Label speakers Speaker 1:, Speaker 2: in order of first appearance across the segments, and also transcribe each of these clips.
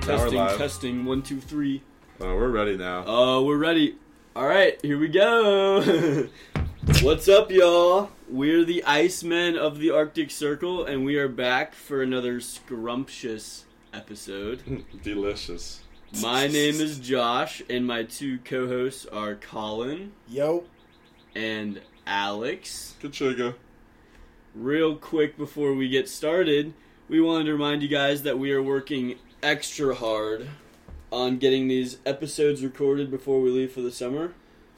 Speaker 1: Testing,
Speaker 2: live.
Speaker 1: testing, one, two, three.
Speaker 2: Oh, we're ready now.
Speaker 1: Uh, we're ready. All right, here we go. What's up, y'all? We're the Icemen of the Arctic Circle, and we are back for another scrumptious episode.
Speaker 2: Delicious.
Speaker 1: My name is Josh, and my two co hosts are Colin
Speaker 3: Yo.
Speaker 1: and Alex.
Speaker 2: Kachiga.
Speaker 1: Real quick before we get started, we wanted to remind you guys that we are working extra hard on getting these episodes recorded before we leave for the summer.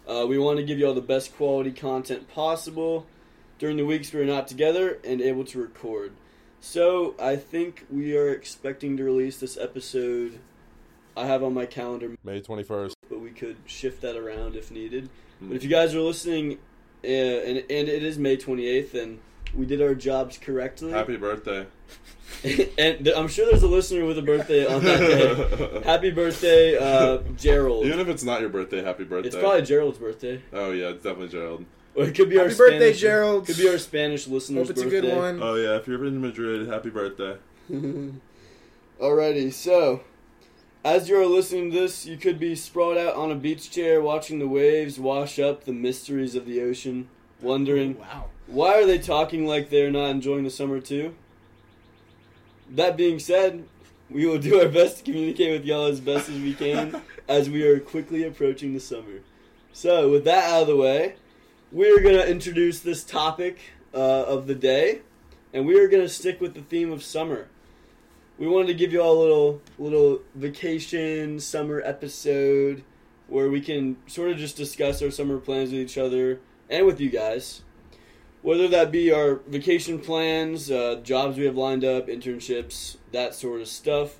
Speaker 1: Uh, we want to give you all the best quality content possible during the weeks we're not together and able to record. So I think we are expecting to release this episode. I have on my calendar,
Speaker 2: May 21st.
Speaker 1: but we could shift that around if needed. But if you guys are listening, uh, and, and it is May 28th, and we did our jobs correctly.
Speaker 2: Happy birthday.
Speaker 1: and th- I'm sure there's a listener with a birthday on that day. Happy birthday, uh, Gerald.
Speaker 2: Even if it's not your birthday, happy birthday.
Speaker 1: it's probably Gerald's birthday.
Speaker 2: Oh, yeah, it's definitely Gerald.
Speaker 1: Or it could be our
Speaker 3: Happy birthday,
Speaker 1: Spanish,
Speaker 3: Gerald.
Speaker 1: Could be our Spanish listener's
Speaker 3: Hope it's a
Speaker 1: birthday.
Speaker 3: good one.
Speaker 2: Oh, yeah, if you're in Madrid, happy birthday.
Speaker 1: Alrighty, so as you are listening to this, you could be sprawled out on a beach chair watching the waves wash up the mysteries of the ocean, wondering
Speaker 3: Wow.
Speaker 1: Why are they talking like they're not enjoying the summer too? That being said, we will do our best to communicate with y'all as best as we can as we are quickly approaching the summer. So, with that out of the way, we're going to introduce this topic uh, of the day, and we are going to stick with the theme of summer. We wanted to give you all a little little vacation summer episode where we can sort of just discuss our summer plans with each other and with you guys whether that be our vacation plans, uh, jobs we have lined up, internships, that sort of stuff.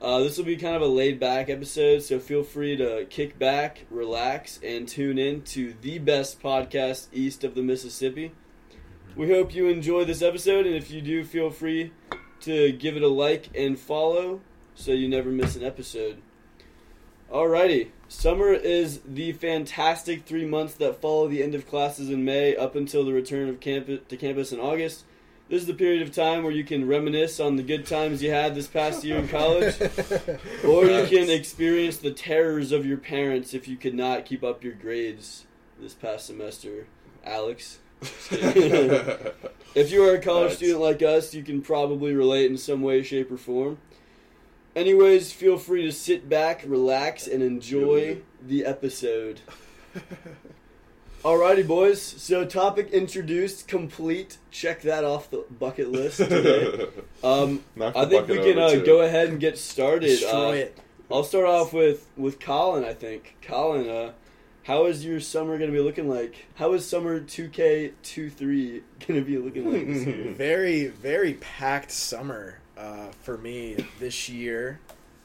Speaker 1: Uh, this will be kind of a laid back episode, so feel free to kick back, relax, and tune in to the best podcast east of the Mississippi. We hope you enjoy this episode, and if you do, feel free to give it a like and follow so you never miss an episode. Alrighty. Summer is the fantastic three months that follow the end of classes in May up until the return of campus to campus in August. This is the period of time where you can reminisce on the good times you had this past year in college, or you can experience the terrors of your parents if you could not keep up your grades this past semester. Alex, if you are a college
Speaker 2: Right.
Speaker 1: student like us, you can probably relate in some way, shape, or form. Anyways, feel free to sit back, relax, and enjoy the episode. Alrighty, boys. So, topic introduced, complete. Check that off the bucket list today. Um,
Speaker 2: Knock the
Speaker 1: I think
Speaker 2: bucket
Speaker 1: we can
Speaker 2: over,
Speaker 1: uh,
Speaker 2: too.
Speaker 1: go ahead and get started.
Speaker 3: Destroy
Speaker 1: Uh,
Speaker 3: it.
Speaker 1: I'll start off with with Colin. I think Colin, uh, how is your summer gonna be looking like? How is summer two K two three gonna be looking like this year?
Speaker 3: Very, very packed summer uh, for me this year.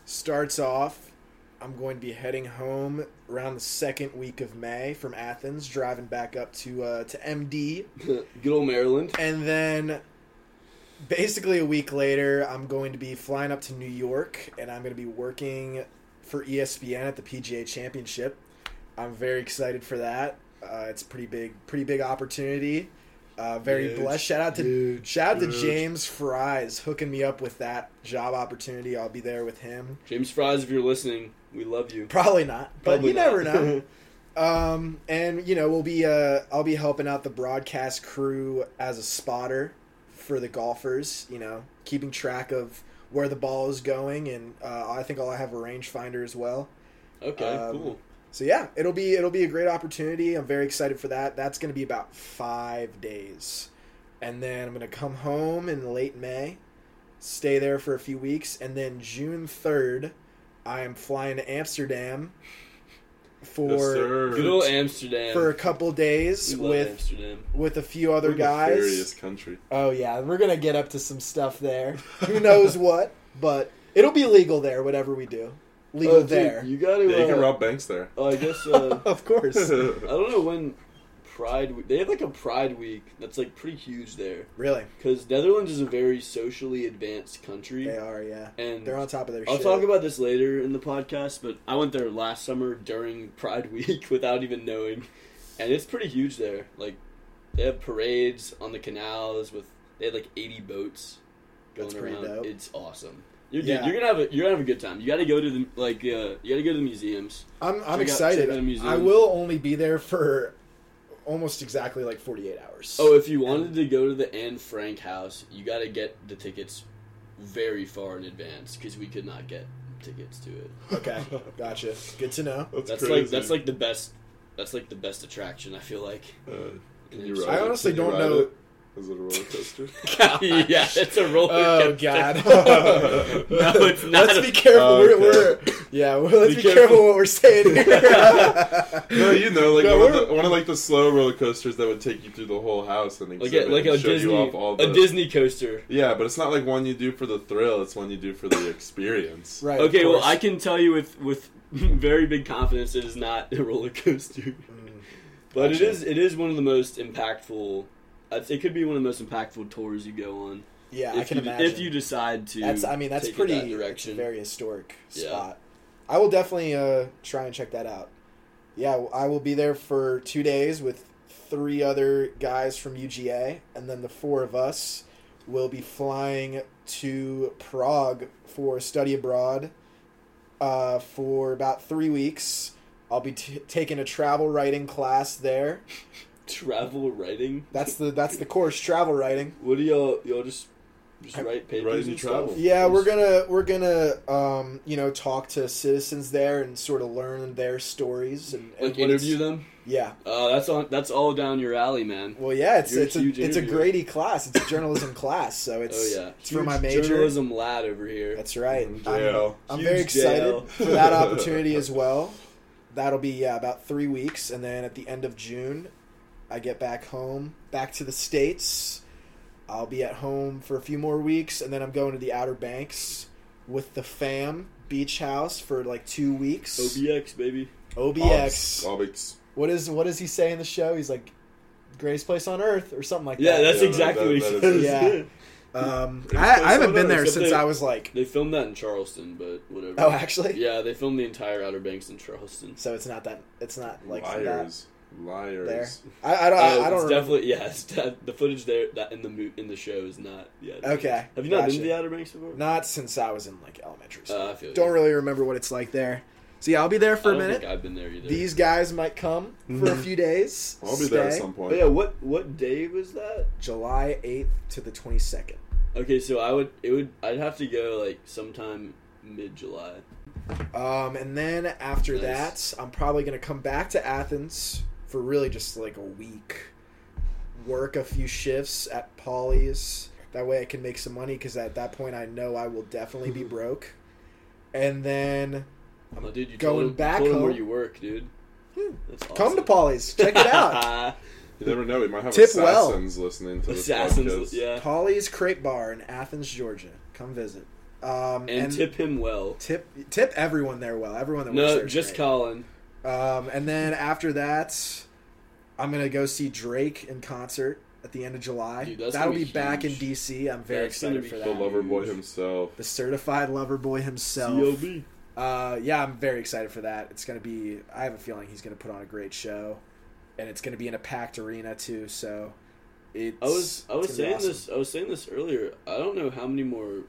Speaker 3: Starts off, I'm going to be heading home around the second week of May from Athens, driving back up to uh, to MD,
Speaker 1: Good old Maryland.
Speaker 3: and then basically a week later, I'm going to be flying up to New York, and I'm going to be working for E ESPN at the PGA Championship. I'm very excited for that. Uh, it's a pretty big, pretty big opportunity. Uh, very
Speaker 1: Huge.
Speaker 3: blessed. Shout out to
Speaker 1: Huge.
Speaker 3: shout out to
Speaker 2: Huge.
Speaker 3: James Fries hooking me up with that job opportunity. I'll be there with him.
Speaker 1: James Fries, if you're listening, we love you.
Speaker 3: Probably not, but
Speaker 1: Probably
Speaker 3: you
Speaker 1: not.
Speaker 3: never know. Um, and you know, we'll be uh, I'll be helping out the broadcast crew as a spotter for the golfers. You know, keeping track of where the ball is going, and uh, I think I'll have a rangefinder as well.
Speaker 1: okay,
Speaker 3: Um,
Speaker 1: cool.
Speaker 3: So yeah, it'll be it'll be a great opportunity. I'm very excited for that. That's going to be about five days, and then I'm going to come home in late May, stay there for a few weeks, and then June third, I am flying to Amsterdam for
Speaker 2: Yes, sir.
Speaker 1: Good old Amsterdam.
Speaker 3: for a couple days
Speaker 1: we love
Speaker 3: with
Speaker 1: Amsterdam.
Speaker 3: with a few
Speaker 2: We're
Speaker 3: other
Speaker 2: the
Speaker 3: guys.
Speaker 2: Furious country.
Speaker 3: Oh yeah, we're gonna get up to some stuff there. Who knows what? But it'll be legal there. Whatever we do, legal
Speaker 1: Oh, dude,
Speaker 3: there.
Speaker 1: you gotta.
Speaker 2: Yeah, you can
Speaker 1: uh,
Speaker 2: rob banks there.
Speaker 1: Oh, I guess. Uh,
Speaker 3: of course.
Speaker 1: I don't know when Pride. Week, they have like a Pride Week that's like pretty huge there
Speaker 3: really,
Speaker 1: because Netherlands is a very socially advanced country.
Speaker 3: they are. Yeah,
Speaker 1: And
Speaker 3: they're on top of their.
Speaker 1: I'll
Speaker 3: shit.
Speaker 1: talk about this later in the podcast, but I went there last summer during Pride Week without even knowing, and it's pretty huge there. Like, they have parades on the canals with they had like eighty boats going
Speaker 3: That's pretty
Speaker 1: around.
Speaker 3: dope.
Speaker 1: It's awesome. You're, dude,
Speaker 3: Yeah.
Speaker 1: you're gonna have a you're gonna have a good time. You gotta go to the like uh, you gotta go to the museums.
Speaker 3: I'm I'm
Speaker 1: Check out-
Speaker 3: excited.
Speaker 1: check out a museum.
Speaker 3: I will only be there for almost exactly like 48 hours.
Speaker 1: Oh, if you wanted to go to the Anne Frank house, you gotta get the tickets very far in advance because we could not get tickets to it.
Speaker 3: okay, gotcha. Good to know.
Speaker 2: That's,
Speaker 1: That's
Speaker 2: crazy.
Speaker 1: like that's like the best. That's like the best attraction. I feel like.
Speaker 2: Uh, can you
Speaker 1: I
Speaker 2: ride
Speaker 3: I
Speaker 2: it?
Speaker 3: honestly
Speaker 2: Can you
Speaker 3: don't
Speaker 2: ride
Speaker 3: know.
Speaker 2: It? Is it a roller coaster?
Speaker 1: yeah, it's a roller.
Speaker 3: Oh
Speaker 1: coaster.
Speaker 3: God!
Speaker 1: No, it's not
Speaker 3: Let's
Speaker 1: a-
Speaker 3: be careful.
Speaker 2: Oh,
Speaker 3: we're,
Speaker 2: okay.
Speaker 3: we're yeah. Well, let's
Speaker 1: Be
Speaker 3: be,
Speaker 1: careful.
Speaker 3: careful. what we're saying. Here.
Speaker 2: no, you know, like
Speaker 3: No,
Speaker 2: one, of
Speaker 3: we're-
Speaker 2: the, one of like the slow roller coasters that would take you through the whole house and
Speaker 1: Like
Speaker 2: exhibit
Speaker 1: a, like
Speaker 2: and
Speaker 1: a
Speaker 2: show
Speaker 1: Disney
Speaker 2: you off all the.
Speaker 1: a Disney coaster.
Speaker 2: yeah, but it's not like one you do for the thrill. It's one you do for the experience.
Speaker 3: right. of
Speaker 1: Okay, well
Speaker 3: course.
Speaker 1: I can tell you with with very big confidence it is not a roller coaster.
Speaker 3: Mm,
Speaker 1: But it
Speaker 3: Gotcha.
Speaker 1: is it is one of the most impactful. I'd say It could be one of the most impactful tours you go on.
Speaker 3: Yeah,
Speaker 1: if
Speaker 3: I can
Speaker 1: you,
Speaker 3: imagine.
Speaker 1: If you decide to,
Speaker 3: that's I mean that's
Speaker 1: take it
Speaker 3: pretty
Speaker 1: that
Speaker 3: it's a
Speaker 1: direction.
Speaker 3: very historic
Speaker 1: Yeah.
Speaker 3: spot. I will definitely uh, try and check that out. Yeah, w- I will be there for two days with three other guys from UGA, and then the four of us will be flying to Prague for study abroad uh, for about three weeks. I'll be t- taking a travel writing class there.
Speaker 1: travel writing.
Speaker 3: That's the that's the course travel writing.
Speaker 1: What do y'all y'all just just write papers
Speaker 2: Write
Speaker 1: and
Speaker 2: and travel.
Speaker 1: stuff?
Speaker 3: Yeah, we're
Speaker 1: Just-
Speaker 3: gonna we're gonna um, you know talk to citizens there and sort of learn their stories and, and
Speaker 1: like
Speaker 3: what it's-
Speaker 1: interview them.
Speaker 3: Yeah,
Speaker 1: Uh, that's on that's all down your alley, man.
Speaker 3: well, yeah, it's
Speaker 1: You're a
Speaker 3: it's a,
Speaker 1: huge
Speaker 3: it's a
Speaker 1: interviewer.
Speaker 3: Grady class. It's a journalism class, so it's
Speaker 1: Oh yeah,
Speaker 3: it's for my
Speaker 1: Huge
Speaker 3: major.
Speaker 1: journalism lad over here.
Speaker 3: That's right.
Speaker 2: Mm,
Speaker 3: I'm,
Speaker 2: JL.
Speaker 3: I'm
Speaker 1: Huge
Speaker 3: very
Speaker 1: JL.
Speaker 3: excited for that opportunity as well. That'll be yeah about three weeks, and then at the end of June, I get back home, back to the states. I'll be at home for a few more weeks, and then I'm going to the Outer Banks with the fam beach house for like two weeks.
Speaker 1: OBX baby.
Speaker 3: OBX.
Speaker 2: Obs-
Speaker 3: What is what does he say in the show? He's like, "Greatest place on earth" or something like
Speaker 1: Yeah,
Speaker 3: that.
Speaker 1: that's
Speaker 2: Yeah,
Speaker 1: exactly
Speaker 2: that-
Speaker 1: what he
Speaker 2: that
Speaker 1: says.
Speaker 2: is-
Speaker 1: Yeah.
Speaker 3: Um,
Speaker 1: Greatest place
Speaker 3: I, I
Speaker 1: on
Speaker 3: haven't been
Speaker 1: earth,
Speaker 3: there
Speaker 1: except
Speaker 3: since
Speaker 1: they-
Speaker 3: I was like,
Speaker 1: They filmed that in Charleston, but whatever.
Speaker 3: oh, actually,
Speaker 1: Yeah, they filmed the entire Outer Banks in Charleston.
Speaker 3: So it's not that it's not like from that.
Speaker 2: liars, liars.
Speaker 3: There. I, I don't.
Speaker 1: Uh,
Speaker 3: I don't.
Speaker 1: it's
Speaker 3: remember.
Speaker 1: definitely yeah. It's de- the footage there that in the mo- in the show is not. Yeah.
Speaker 3: Okay,
Speaker 1: Have you not
Speaker 3: gotcha.
Speaker 1: been to the Outer Banks before?
Speaker 3: Not since I was in like elementary school.
Speaker 1: Uh, I feel
Speaker 3: don't
Speaker 1: you.
Speaker 3: really remember what it's like there. So yeah, I'll be there for
Speaker 1: I
Speaker 3: a
Speaker 1: don't
Speaker 3: minute.
Speaker 1: Think I've been there either.
Speaker 3: These guys might come for a
Speaker 2: Mhm.
Speaker 3: few days.
Speaker 2: I'll be there at
Speaker 3: stay.
Speaker 2: some point.
Speaker 1: But yeah, what what day was that?
Speaker 3: July eighth to the twenty second.
Speaker 1: Okay, so I would it would I'd have to go like sometime mid July.
Speaker 3: Um, and then after
Speaker 1: Nice.
Speaker 3: that, I'm probably gonna come back to Athens for really just like a week, work a few shifts at Polly's. That way, I can make some money because at that point, I know I will definitely be broke. And then
Speaker 1: Oh, dude, you
Speaker 3: going
Speaker 1: told him,
Speaker 3: back
Speaker 1: you told him where
Speaker 3: home.
Speaker 1: you work, dude.
Speaker 3: Hmm.
Speaker 1: That's awesome.
Speaker 3: come to Polly's, check it out.
Speaker 2: You never know. We might have
Speaker 3: Tip well.
Speaker 2: assassins listening to this
Speaker 1: Assassins,
Speaker 2: podcast.
Speaker 1: yeah,
Speaker 3: Polly's Crepe Bar in Athens, Georgia. Come visit. Um, and,
Speaker 1: and, tip him well.
Speaker 3: tip tip everyone there well. Everyone that works
Speaker 1: No,
Speaker 3: there is
Speaker 1: just
Speaker 3: great.
Speaker 1: Colin.
Speaker 3: Um, and then after that, I'm gonna go see Drake in concert at the end of July.
Speaker 1: Dude, that's
Speaker 3: That'll
Speaker 1: gonna
Speaker 3: be,
Speaker 1: be
Speaker 3: back in
Speaker 1: huge.
Speaker 3: DC. I'm very
Speaker 1: That's gonna
Speaker 3: excited
Speaker 1: be
Speaker 3: for
Speaker 2: The
Speaker 3: that.
Speaker 1: cool.
Speaker 2: lover boy himself.
Speaker 3: The certified lover boy himself.
Speaker 1: Cob.
Speaker 3: Uh, yeah, I'm very excited for that. It's gonna be. I have a feeling he's gonna put on a great show, and it's gonna be in a packed arena too. So, it's.
Speaker 1: I was I was
Speaker 3: it's gonna be
Speaker 1: saying
Speaker 3: awesome.
Speaker 1: this I was saying this earlier. I don't know how many more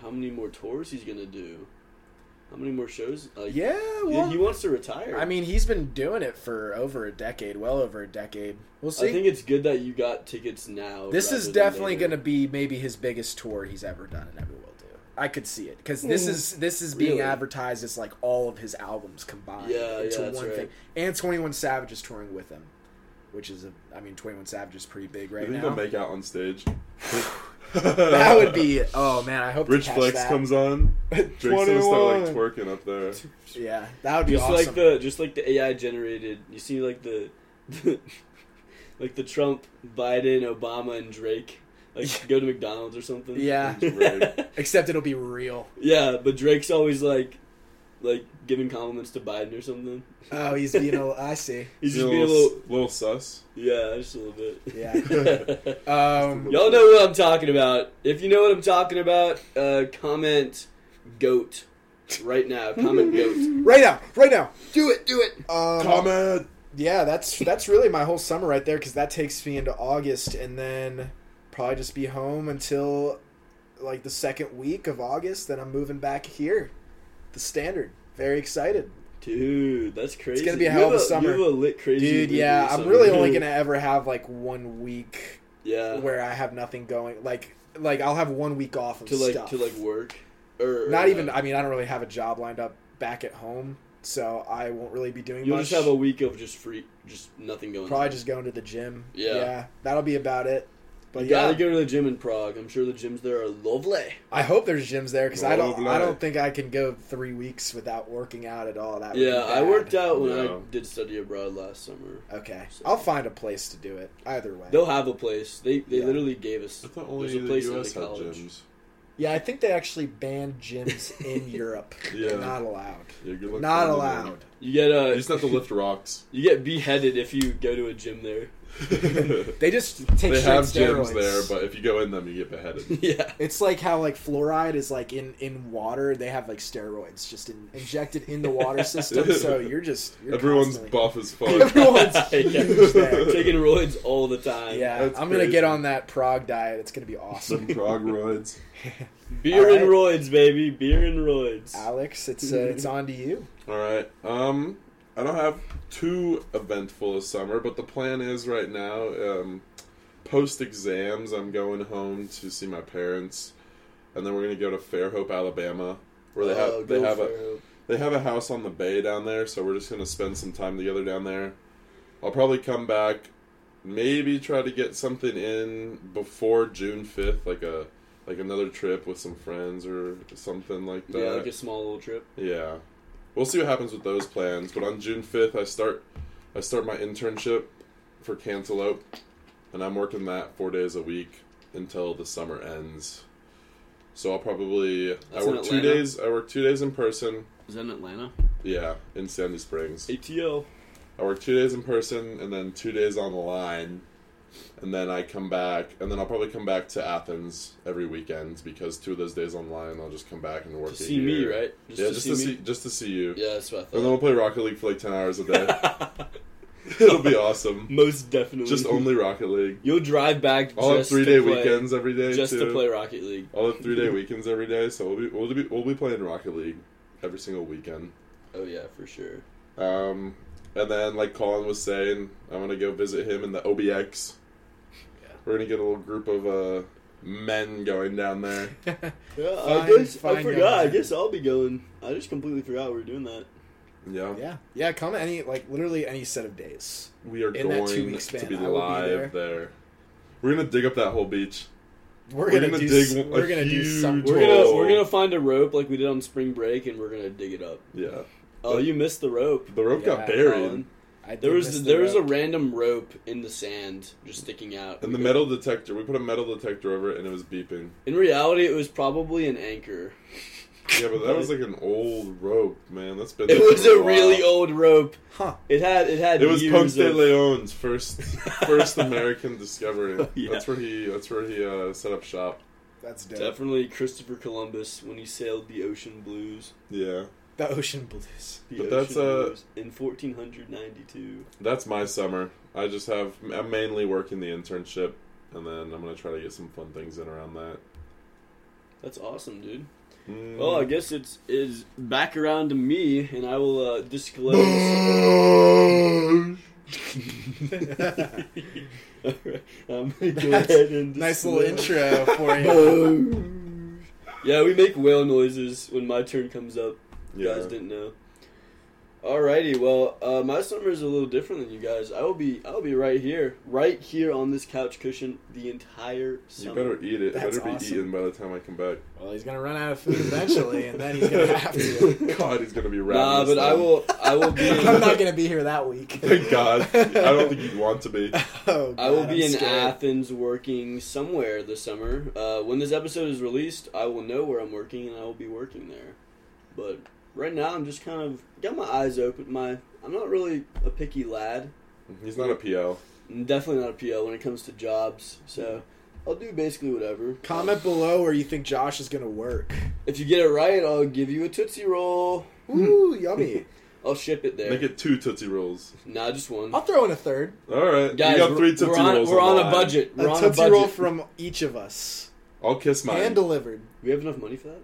Speaker 1: how many more tours he's gonna do. How many more shows? Like,
Speaker 3: Yeah,
Speaker 1: he-
Speaker 3: well,
Speaker 1: he wants to retire.
Speaker 3: I mean, he's been doing it for over a decade, well over a decade. We'll see.
Speaker 1: I think it's good that you got tickets now.
Speaker 3: This
Speaker 1: rather
Speaker 3: is
Speaker 1: than
Speaker 3: definitely
Speaker 1: later.
Speaker 3: going to be maybe his biggest tour he's ever done and ever will do. I could see it because this
Speaker 1: Mm.
Speaker 3: is this is being
Speaker 1: Really?
Speaker 3: advertised as like all of his albums combined
Speaker 1: Yeah,
Speaker 3: into
Speaker 1: yeah, that's
Speaker 3: one
Speaker 1: right.
Speaker 3: thing. And Twenty One Savage is touring with him, which is a I mean Twenty One Savage is pretty big
Speaker 2: I
Speaker 3: right
Speaker 2: think
Speaker 3: now.
Speaker 2: they'll make out on stage.
Speaker 3: that would be oh man, I hope
Speaker 2: Rich
Speaker 3: to catch
Speaker 2: Flex
Speaker 3: that.
Speaker 2: comes on. Drake's gonna start like
Speaker 3: 21.
Speaker 2: twerking up there.
Speaker 3: Yeah, that would be
Speaker 1: just
Speaker 3: awesome.
Speaker 1: like the just like the AI generated. You see, like the, like the Trump, Biden, Obama, and Drake. Like go to McDonald's or something.
Speaker 3: Yeah.
Speaker 2: Right.
Speaker 3: Except it'll be real.
Speaker 1: yeah, but Drake's always like, like giving compliments to Biden or something.
Speaker 3: Oh, he's being a. I see.
Speaker 1: He's
Speaker 2: You
Speaker 1: just
Speaker 2: know,
Speaker 1: being a little,
Speaker 2: little sus.
Speaker 1: yeah, just a little bit.
Speaker 3: Yeah. Um,
Speaker 1: Y'all know what I'm talking about. If you know what I'm talking about, uh, comment goat right now. Comment goat.
Speaker 3: right now, right now.
Speaker 1: Do it, do it.
Speaker 3: Um,
Speaker 2: Comment.
Speaker 3: yeah, that's that's really my whole summer right there because that takes me into August, and then probably just be home until like the second week of August, then I'm moving back here, the standard. Very excited,
Speaker 1: Dude, that's crazy.
Speaker 3: gonna be a
Speaker 1: You
Speaker 3: hell of
Speaker 1: have
Speaker 3: a summer.
Speaker 1: You have a lit crazy.
Speaker 3: dude.
Speaker 1: busy
Speaker 3: Yeah, I'm
Speaker 1: summer.
Speaker 3: really only gonna ever have like one week
Speaker 1: yeah
Speaker 3: where I have nothing going. Like, like I'll have one week off of
Speaker 1: to like
Speaker 3: stuff.
Speaker 1: to like work or
Speaker 3: Not
Speaker 1: or,
Speaker 3: even.
Speaker 1: uh,
Speaker 3: I mean, I don't really have a job lined up back at home, so I won't really be doing
Speaker 1: You'll
Speaker 3: much.
Speaker 1: just have a week of just free, just nothing going.
Speaker 3: Probably
Speaker 1: on.
Speaker 3: just going to the gym.
Speaker 1: Yeah.
Speaker 3: that'll be about it. But
Speaker 1: you
Speaker 3: yeah,
Speaker 1: gotta go to the gym in Prague. I'm sure the gyms there are lovely.
Speaker 3: I hope there's gyms there because I don't.
Speaker 2: Lovely.
Speaker 3: I don't think I can go three weeks without working out at all. That would be
Speaker 1: Yeah, I
Speaker 3: bad.
Speaker 1: worked out when
Speaker 2: Yeah.
Speaker 1: I did study abroad last summer.
Speaker 3: Okay,
Speaker 1: So-
Speaker 3: I'll find a place to do it. Either way.
Speaker 1: They'll have a place. They they
Speaker 3: Yeah.
Speaker 1: literally gave us.
Speaker 2: I thought
Speaker 1: There's
Speaker 2: only
Speaker 1: a
Speaker 2: the
Speaker 1: place in
Speaker 2: U.S.
Speaker 1: the
Speaker 2: had
Speaker 1: college.
Speaker 2: gyms.
Speaker 3: Yeah, I think they actually banned gyms in Europe.
Speaker 2: Yeah.
Speaker 3: They're not allowed.
Speaker 2: Yeah, good luck
Speaker 3: Not
Speaker 2: finding one.
Speaker 3: allowed.
Speaker 1: You get
Speaker 2: You
Speaker 1: uh,
Speaker 2: just have to lift rocks.
Speaker 1: you get beheaded if you go to a gym there.
Speaker 2: they
Speaker 3: They just take straight
Speaker 2: have
Speaker 3: steroids.
Speaker 2: gyms there, but if you go in them, you get beheaded.
Speaker 1: yeah,
Speaker 3: It's like how like fluoride is like in in water. They have like steroids just in, injected in the water system. So you're just you're
Speaker 2: Everyone's
Speaker 3: constantly-
Speaker 2: buff as fuck.
Speaker 3: Everyone's
Speaker 1: Yeah.
Speaker 3: huge there.
Speaker 1: taking roids all the time.
Speaker 3: Yeah,
Speaker 2: That's
Speaker 3: I'm gonna
Speaker 2: crazy.
Speaker 3: get on that Prague diet. It's gonna be
Speaker 2: Some
Speaker 3: awesome.
Speaker 2: prog roids.
Speaker 1: beer
Speaker 3: All
Speaker 1: and roids, baby, beer and roids.
Speaker 3: Alex, it's uh, it's on to you.
Speaker 2: All right. Um, I don't have too eventful a summer, but the plan is right now, um, post exams, I'm going home to see my parents, and then we're gonna go to Fairhope, Alabama, where they have
Speaker 1: Oh,
Speaker 2: they
Speaker 1: go
Speaker 2: have a
Speaker 1: Pharaoh.
Speaker 2: they have a house on the bay down there, so we're just gonna spend some time together down there. I'll probably come back, maybe try to get something in before June fifth, like a like another trip with some friends or something like that.
Speaker 1: yeah, like a small little trip.
Speaker 2: Yeah, we'll see what happens with those plans. But on June fifth, I start I start my internship for Cantaloupe, and I'm working that four days a week until the summer ends. So I'll probably
Speaker 1: That's
Speaker 2: I
Speaker 1: in
Speaker 2: work two
Speaker 1: Atlanta?
Speaker 2: days. I work two days in person.
Speaker 1: Is that in Atlanta?
Speaker 2: Yeah, in Sandy Springs.
Speaker 1: ATL.
Speaker 2: I work two days in person and then two days online. And then I come back, and then I'll probably come back to Athens every weekend because two of those days online, I'll just come back and work.
Speaker 1: To
Speaker 2: a
Speaker 1: see me,
Speaker 2: year.
Speaker 1: right?
Speaker 2: yeah, just to see, just to see you.
Speaker 1: Yeah, that's what I
Speaker 2: And then we'll
Speaker 1: thought.
Speaker 2: play Rocket League for like 10 hours a day. It'll be awesome.
Speaker 1: Most definitely.
Speaker 2: Just only Rocket League.
Speaker 1: You'll drive back.
Speaker 2: I'll have
Speaker 1: just
Speaker 2: three
Speaker 1: to
Speaker 2: day
Speaker 1: play-
Speaker 2: weekends every day.
Speaker 1: Just
Speaker 2: too.
Speaker 1: to play Rocket League.
Speaker 2: I'll have three day weekends every day, so we'll be, we'll be, we'll be playing Rocket League every single weekend.
Speaker 1: Oh yeah, for sure.
Speaker 2: Um, and then, like Colin was saying, I'm going to go visit him in the OBX.
Speaker 1: Yeah.
Speaker 2: We're going to get a little group of uh, men going down there.
Speaker 1: Yeah, I
Speaker 3: Fine,
Speaker 1: guess
Speaker 3: fine,
Speaker 1: I
Speaker 3: young
Speaker 1: forgot. I
Speaker 3: man.
Speaker 1: guess I'll be going. I just completely forgot we were doing that.
Speaker 2: Yeah.
Speaker 3: yeah, yeah. Come any like literally any set of days.
Speaker 2: We are
Speaker 3: In that
Speaker 2: going
Speaker 3: two-week
Speaker 2: to
Speaker 3: span,
Speaker 2: be
Speaker 3: I will be
Speaker 2: live
Speaker 3: there.
Speaker 2: there. We're going to dig up that whole beach.
Speaker 3: We're,
Speaker 2: We're
Speaker 3: gonna,
Speaker 2: gonna
Speaker 3: do.
Speaker 2: dig
Speaker 3: s-
Speaker 2: one- a
Speaker 3: we're gonna do
Speaker 2: huge
Speaker 3: some.
Speaker 1: We're
Speaker 2: Whoa.
Speaker 1: gonna we're gonna find a rope like we did on spring break, and we're gonna dig it up.
Speaker 2: Yeah.
Speaker 1: Oh, you missed the rope.
Speaker 2: The rope
Speaker 3: Yeah.
Speaker 2: got buried.
Speaker 1: Colin.
Speaker 3: I
Speaker 1: There
Speaker 3: did
Speaker 1: was
Speaker 3: miss the
Speaker 1: there was a
Speaker 3: rope.
Speaker 1: random rope in the sand just sticking out.
Speaker 2: And the metal detector, we put a metal detector over it and it was beeping.
Speaker 1: In reality, it was probably an anchor.
Speaker 2: Yeah, but that was like an old rope, man. That's been
Speaker 1: It
Speaker 2: there
Speaker 1: was
Speaker 2: for
Speaker 1: a really
Speaker 2: while.
Speaker 1: old rope.
Speaker 3: huh.
Speaker 1: It had it had.
Speaker 2: It was
Speaker 1: years
Speaker 2: Ponce de
Speaker 1: of-
Speaker 2: Leon's first first American discovery.
Speaker 1: Yeah.
Speaker 2: That's where he that's where he uh, set up shop.
Speaker 3: That's dope.
Speaker 1: Definitely Christopher Columbus when he sailed the ocean blues.
Speaker 2: Yeah,
Speaker 3: The ocean blues.
Speaker 1: The
Speaker 2: But
Speaker 1: ocean
Speaker 2: that's, uh,
Speaker 1: blues in 1492.
Speaker 2: that's my summer. I just have I'm mainly working the internship, and then I'm gonna try to get some fun things in around that.
Speaker 1: That's awesome, dude.
Speaker 2: Mm.
Speaker 1: Well, I guess it's is back around to me, and I will uh, disclose. Alright, I'm gonna go
Speaker 3: That's
Speaker 1: ahead and
Speaker 3: nice little
Speaker 1: disclose.
Speaker 3: intro for you.
Speaker 1: Boom. yeah, we make whale noises when my turn comes up. You guys didn't know. Alrighty, well, uh, my summer is a little different than you guys. I will be, I will be right here, right here on this couch cushion the entire
Speaker 2: You
Speaker 1: summer.
Speaker 2: better eat it. It
Speaker 3: That's
Speaker 2: better be
Speaker 3: awesome.
Speaker 2: eaten by the time I come back.
Speaker 3: well, he's gonna run out of food eventually, and then he's gonna have to.
Speaker 2: God, he's gonna be wrapped.
Speaker 1: nah, but I will, I will be,
Speaker 3: I'm not
Speaker 1: in,
Speaker 3: gonna be here that week.
Speaker 2: Thank God. I don't think you'd want to be.
Speaker 3: Oh,
Speaker 1: I will
Speaker 3: God,
Speaker 1: be
Speaker 3: I'm
Speaker 1: in
Speaker 3: scared.
Speaker 1: Athens working somewhere this summer. Uh, when this episode is released, I will know where I'm working and I will be working there. But right now, I'm just kind of got my eyes open. My, I'm not really a picky lad.
Speaker 2: He's not a PO.
Speaker 1: I'm definitely not a PO when it comes to jobs. So I'll do basically whatever.
Speaker 3: Comment below where you think Josh is gonna work.
Speaker 1: If you get it right, I'll give you a Tootsie Roll.
Speaker 3: Ooh, yummy.
Speaker 1: I'll ship it there.
Speaker 2: Make it two Tootsie Rolls.
Speaker 1: nah, just one.
Speaker 3: I'll throw in a third.
Speaker 2: All right.
Speaker 1: Guys,
Speaker 2: you got
Speaker 1: we're-
Speaker 2: three Tootsie
Speaker 1: we're on,
Speaker 2: Rolls.
Speaker 1: we're
Speaker 2: the
Speaker 1: on a
Speaker 2: line.
Speaker 1: budget.
Speaker 3: A
Speaker 1: We're on a
Speaker 3: Tootsie
Speaker 1: budget.
Speaker 3: Roll from each of us.
Speaker 2: I'll kiss my.
Speaker 3: and delivered.
Speaker 1: We have enough money for that?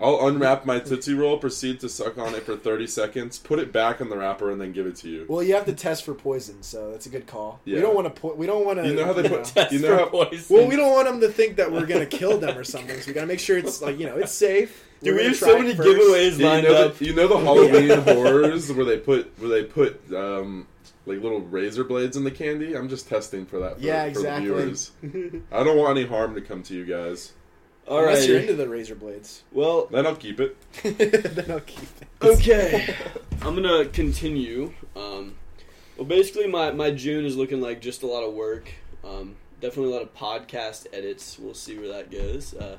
Speaker 2: I'll unwrap my Tootsie Roll, proceed to suck on it for 30 seconds, put it back in the wrapper, and then give it to you.
Speaker 3: Well, you have to test for poison, so that's a good call.
Speaker 2: Yeah.
Speaker 3: We don't want to. Po- we don't want to.
Speaker 2: You know how they put-
Speaker 1: Test
Speaker 2: You know
Speaker 1: for
Speaker 2: how-
Speaker 1: poison.
Speaker 3: Well, we don't want them to think that we're gonna kill them or something. So we gotta make sure it's like you know it's safe.
Speaker 1: Dude, we
Speaker 3: We're gonna
Speaker 1: have
Speaker 3: try
Speaker 1: so
Speaker 3: it
Speaker 1: many
Speaker 3: first.
Speaker 1: giveaways
Speaker 2: Yeah, you
Speaker 1: lined
Speaker 2: know
Speaker 1: up.
Speaker 2: the, you know the Halloween horrors where they put where they put um, like little razor blades in the candy. I'm just testing for that. For,
Speaker 3: Yeah,
Speaker 2: for
Speaker 3: exactly.
Speaker 2: The viewers. I don't want any harm to come to you guys.
Speaker 1: All
Speaker 3: Unless you're into
Speaker 1: right.
Speaker 3: the razor blades,
Speaker 1: Well,
Speaker 2: Then I'll keep it.
Speaker 3: then I'll keep it.
Speaker 1: okay. I'm gonna continue. Um, well, basically, my my June is looking like just a lot of work. Um, definitely a lot of podcast edits. We'll see where that goes. Uh,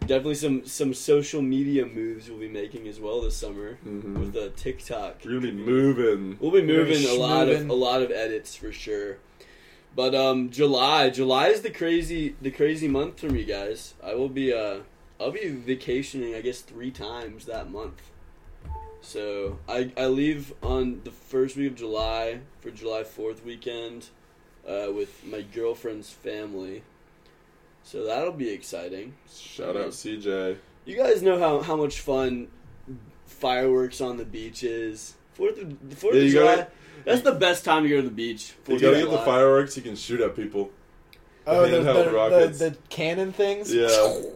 Speaker 1: definitely some some social media moves we'll be making as well this summer
Speaker 2: Mhm.
Speaker 1: with the TikTok.
Speaker 2: We're gonna be moving.
Speaker 1: We'll Mm-hmm. be
Speaker 3: We're
Speaker 1: moving a lot of
Speaker 3: schmoving.
Speaker 1: a lot of edits for sure. But um July, July is the crazy the crazy month for me guys. I will be uh I'll be vacationing I guess 3 times that month. So, I I leave on the first week of July for July 4th weekend uh with my girlfriend's family. So that'll be exciting.
Speaker 2: Shout out CJ.
Speaker 1: You guys know how, how much fun fireworks on the beach is. Fourth of, the Fourth
Speaker 2: Yeah,
Speaker 1: of
Speaker 2: you
Speaker 1: July.
Speaker 2: gotta-
Speaker 1: that's the best time to go to the beach.
Speaker 2: You
Speaker 1: Fourth
Speaker 2: gotta
Speaker 1: of
Speaker 2: get the
Speaker 1: July.
Speaker 2: fireworks. You can shoot at people.
Speaker 3: Oh, the,
Speaker 2: handheld
Speaker 3: the,
Speaker 2: rockets.
Speaker 3: the, the cannon things.
Speaker 2: Yeah.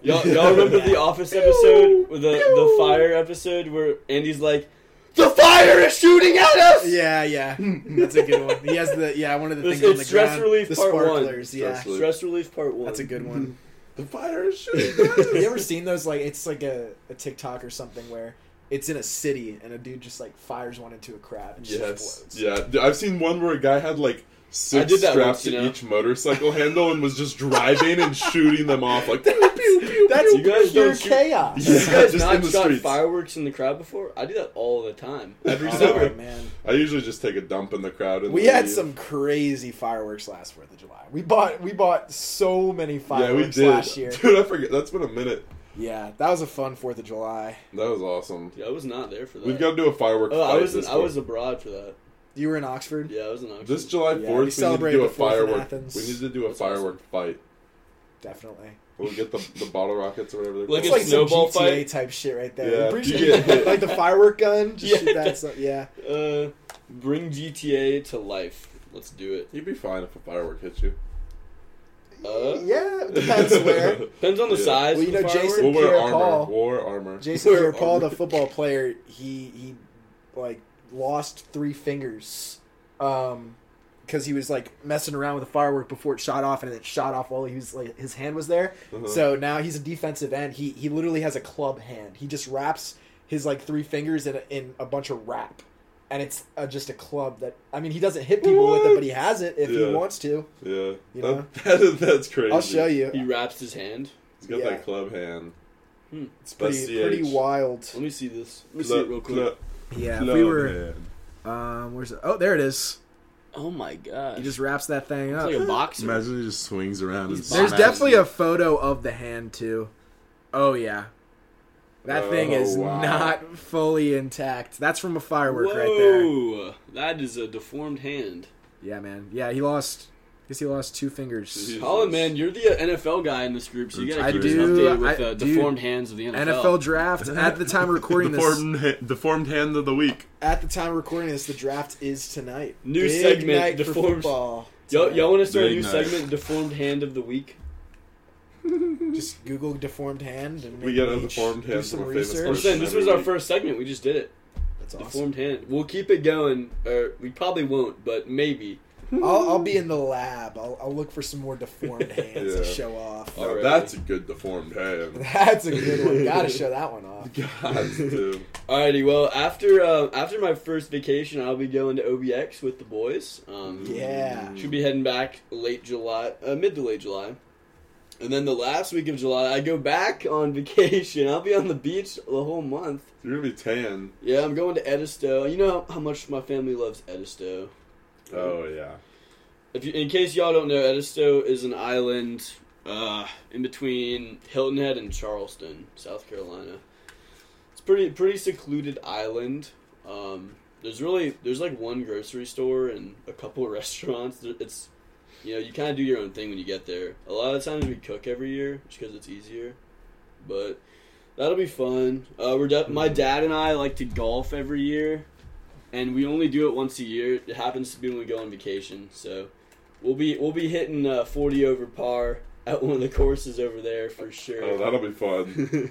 Speaker 1: Y'all, y'all remember the Office episode, with the the
Speaker 3: Pew!
Speaker 1: fire episode, where Andy's like, "The fire is shooting at us."
Speaker 3: Yeah, yeah, that's a good one. He has the yeah one of the
Speaker 1: It's-
Speaker 3: things on the
Speaker 1: it's stress
Speaker 3: ground.
Speaker 1: relief
Speaker 3: the
Speaker 1: part one.
Speaker 3: sparklers, yeah,
Speaker 2: Stress relief.
Speaker 1: Stress relief part one.
Speaker 3: that's a good one.
Speaker 2: The fire is shooting.
Speaker 3: Have you ever seen those? Like it's like a, a TikTok or something where it's in a city and a dude just like fires one into a crowd and just
Speaker 2: Yes.
Speaker 3: explodes.
Speaker 2: Yeah. D- I've seen one where a guy had like
Speaker 1: I
Speaker 2: six
Speaker 1: did that
Speaker 2: straps
Speaker 1: once, you
Speaker 2: to
Speaker 1: know.
Speaker 2: each motorcycle handle and was just driving and shooting them off like
Speaker 3: That's
Speaker 1: You guys
Speaker 3: pure
Speaker 1: don't shoot-
Speaker 3: chaos.
Speaker 1: You
Speaker 2: Yeah,
Speaker 1: guys
Speaker 2: just in
Speaker 1: not
Speaker 2: the
Speaker 1: shot
Speaker 2: streets.
Speaker 1: fireworks in the crowd before? I do that all the time. Uh, Every
Speaker 2: Oh,
Speaker 1: summer.
Speaker 3: Oh, man.
Speaker 2: I usually just take a dump in the crowd and
Speaker 3: We had
Speaker 2: leave.
Speaker 3: some crazy fireworks last Fourth of July. We bought we bought so many
Speaker 2: Yeah, we
Speaker 3: fireworks
Speaker 2: did.
Speaker 3: last year.
Speaker 2: Dude, I forget. That's been a minute.
Speaker 3: Yeah, that was a fun Fourth of July.
Speaker 2: That was awesome.
Speaker 1: Dude, I was not there for that.
Speaker 2: We've got to do a fireworks
Speaker 1: oh,
Speaker 2: fight
Speaker 1: I was
Speaker 2: this
Speaker 1: I was abroad for that.
Speaker 3: You were in Oxford.
Speaker 1: Yeah, I was in Oxford.
Speaker 2: This July
Speaker 3: Yeah, we
Speaker 2: 4th, we, need to
Speaker 3: celebrated
Speaker 2: do a
Speaker 3: the 4th in
Speaker 2: firework.
Speaker 3: Athens.
Speaker 2: We need to do a
Speaker 1: That's
Speaker 2: firework fight.
Speaker 3: Definitely.
Speaker 2: We'll get the, the bottle rockets or whatever they're
Speaker 1: Like
Speaker 3: It's
Speaker 1: a
Speaker 2: called.
Speaker 3: like some
Speaker 1: snowball
Speaker 3: GTA
Speaker 1: fight?
Speaker 3: type shit right there.
Speaker 2: Yeah,
Speaker 3: I'm pretty
Speaker 2: you
Speaker 3: sure-
Speaker 2: get hit.
Speaker 3: like the firework gun. Just shoot
Speaker 1: Yeah.
Speaker 3: that. stuff. yeah.
Speaker 1: Uh, bring GTA to life. Let's do it.
Speaker 2: You'd be fine if a firework hits you.
Speaker 1: Uh,
Speaker 3: Yeah, it depends where.
Speaker 1: Depends on the
Speaker 2: Yeah.
Speaker 1: size.
Speaker 3: Well, you
Speaker 1: of
Speaker 3: know,
Speaker 1: the firework.
Speaker 3: Jason-
Speaker 2: We'll wear
Speaker 3: Pierre
Speaker 2: armor.
Speaker 3: Paul.
Speaker 2: War armor.
Speaker 3: Jason
Speaker 1: Where-
Speaker 3: Pierre-Paul, the football player, he he like lost three fingers um because he was like messing around with a firework before it shot off and it shot off while he was like his hand was there.
Speaker 2: Uh-huh.
Speaker 3: So now he's a defensive end. He he literally has a club hand. He just wraps his like three fingers in a, in a bunch of wrap. And it's uh, just a club that I mean he doesn't hit people with it,
Speaker 2: What?
Speaker 3: but he has it if
Speaker 2: Yeah.
Speaker 3: he wants to.
Speaker 2: Yeah. that,
Speaker 3: know?
Speaker 2: that is, that's crazy.
Speaker 3: I'll show you.
Speaker 1: He wraps his hand.
Speaker 2: He's got
Speaker 3: Yeah.
Speaker 2: that club hand.
Speaker 1: Hmm.
Speaker 2: It's
Speaker 3: Pretty, pretty wild.
Speaker 1: Let me see this. Let me see it real quick.
Speaker 3: Yeah, if we were. Um, where's it? Oh, there it is.
Speaker 1: Oh my god.
Speaker 3: He just wraps that thing
Speaker 1: It's
Speaker 3: up.
Speaker 1: like a boxer.
Speaker 2: Imagine he just swings around and
Speaker 1: He's-
Speaker 3: There's
Speaker 1: Bomb
Speaker 3: definitely
Speaker 1: ass.
Speaker 3: a photo of the hand too. Oh yeah. That thing
Speaker 2: Oh,
Speaker 3: is
Speaker 2: wow.
Speaker 3: not fully intact. That's from a firework
Speaker 1: Whoa,
Speaker 3: right there.
Speaker 1: that is a deformed hand.
Speaker 3: Yeah, man. Yeah, he lost I guess he lost two fingers.
Speaker 2: Jeez.
Speaker 1: Colin, man, you're the uh, NFL guy in this group, so you gotta
Speaker 2: I
Speaker 1: keep us
Speaker 2: do,
Speaker 1: updated with
Speaker 3: I-
Speaker 1: uh,
Speaker 3: dude,
Speaker 1: deformed hands of the NFL.
Speaker 3: NFL draft at the time of recording this
Speaker 2: deformed, ha- deformed hand of the week.
Speaker 3: at the time of recording this the draft is tonight.
Speaker 1: New
Speaker 3: Big
Speaker 1: segment,
Speaker 3: night for
Speaker 1: deformed-
Speaker 3: football.
Speaker 1: Yo, y'all want to start a
Speaker 2: Big
Speaker 1: new
Speaker 2: night.
Speaker 1: segment, deformed hand of the week?
Speaker 3: just Google deformed hand and
Speaker 2: We
Speaker 3: maybe
Speaker 2: got a
Speaker 3: each
Speaker 2: deformed
Speaker 3: do
Speaker 2: hand
Speaker 3: some
Speaker 2: from a famous
Speaker 3: research.
Speaker 1: I'm
Speaker 2: First
Speaker 1: saying this
Speaker 2: every
Speaker 1: was our
Speaker 2: week.
Speaker 1: first segment. We just did it.
Speaker 3: That's awesome.
Speaker 1: Deformed hand. We'll keep it going, or we probably won't, but maybe.
Speaker 3: I'll, I'll be in the lab. I'll, I'll look for some more deformed hands to
Speaker 2: Yeah.
Speaker 3: show off.
Speaker 2: Now
Speaker 1: Alrighty.
Speaker 2: that's a good deformed hand.
Speaker 3: That's a good one. Gotta show that one off.
Speaker 2: God, dude.
Speaker 1: Alrighty, well, after uh, after my first vacation, I'll be going to OBX with the boys. Um,
Speaker 2: Mm.
Speaker 3: Yeah.
Speaker 1: Should be heading back late July, uh, mid to late July. And then the last week of July, I go back on vacation. I'll be on the beach the whole month.
Speaker 2: You're gonna be tan.
Speaker 1: Yeah, I'm going to Edisto. You know how much my family loves Edisto.
Speaker 2: Oh yeah.
Speaker 1: If you, in case y'all don't know, Edisto is an island uh, in between Hilton Head and Charleston, South Carolina. It's pretty pretty secluded island. Um, there's really there's like one grocery store and a couple of restaurants. There- It's you know, you kind of do your own thing when you get there. A lot of times we cook every year just because it's easier, but that'll be fun. Uh, we're de- my dad and I like to golf every year, and we only do it once a year. It happens to be when we go on vacation, so we'll be we'll be hitting uh, forty over par at one of the courses over there for sure.
Speaker 2: Oh, that'll be fun.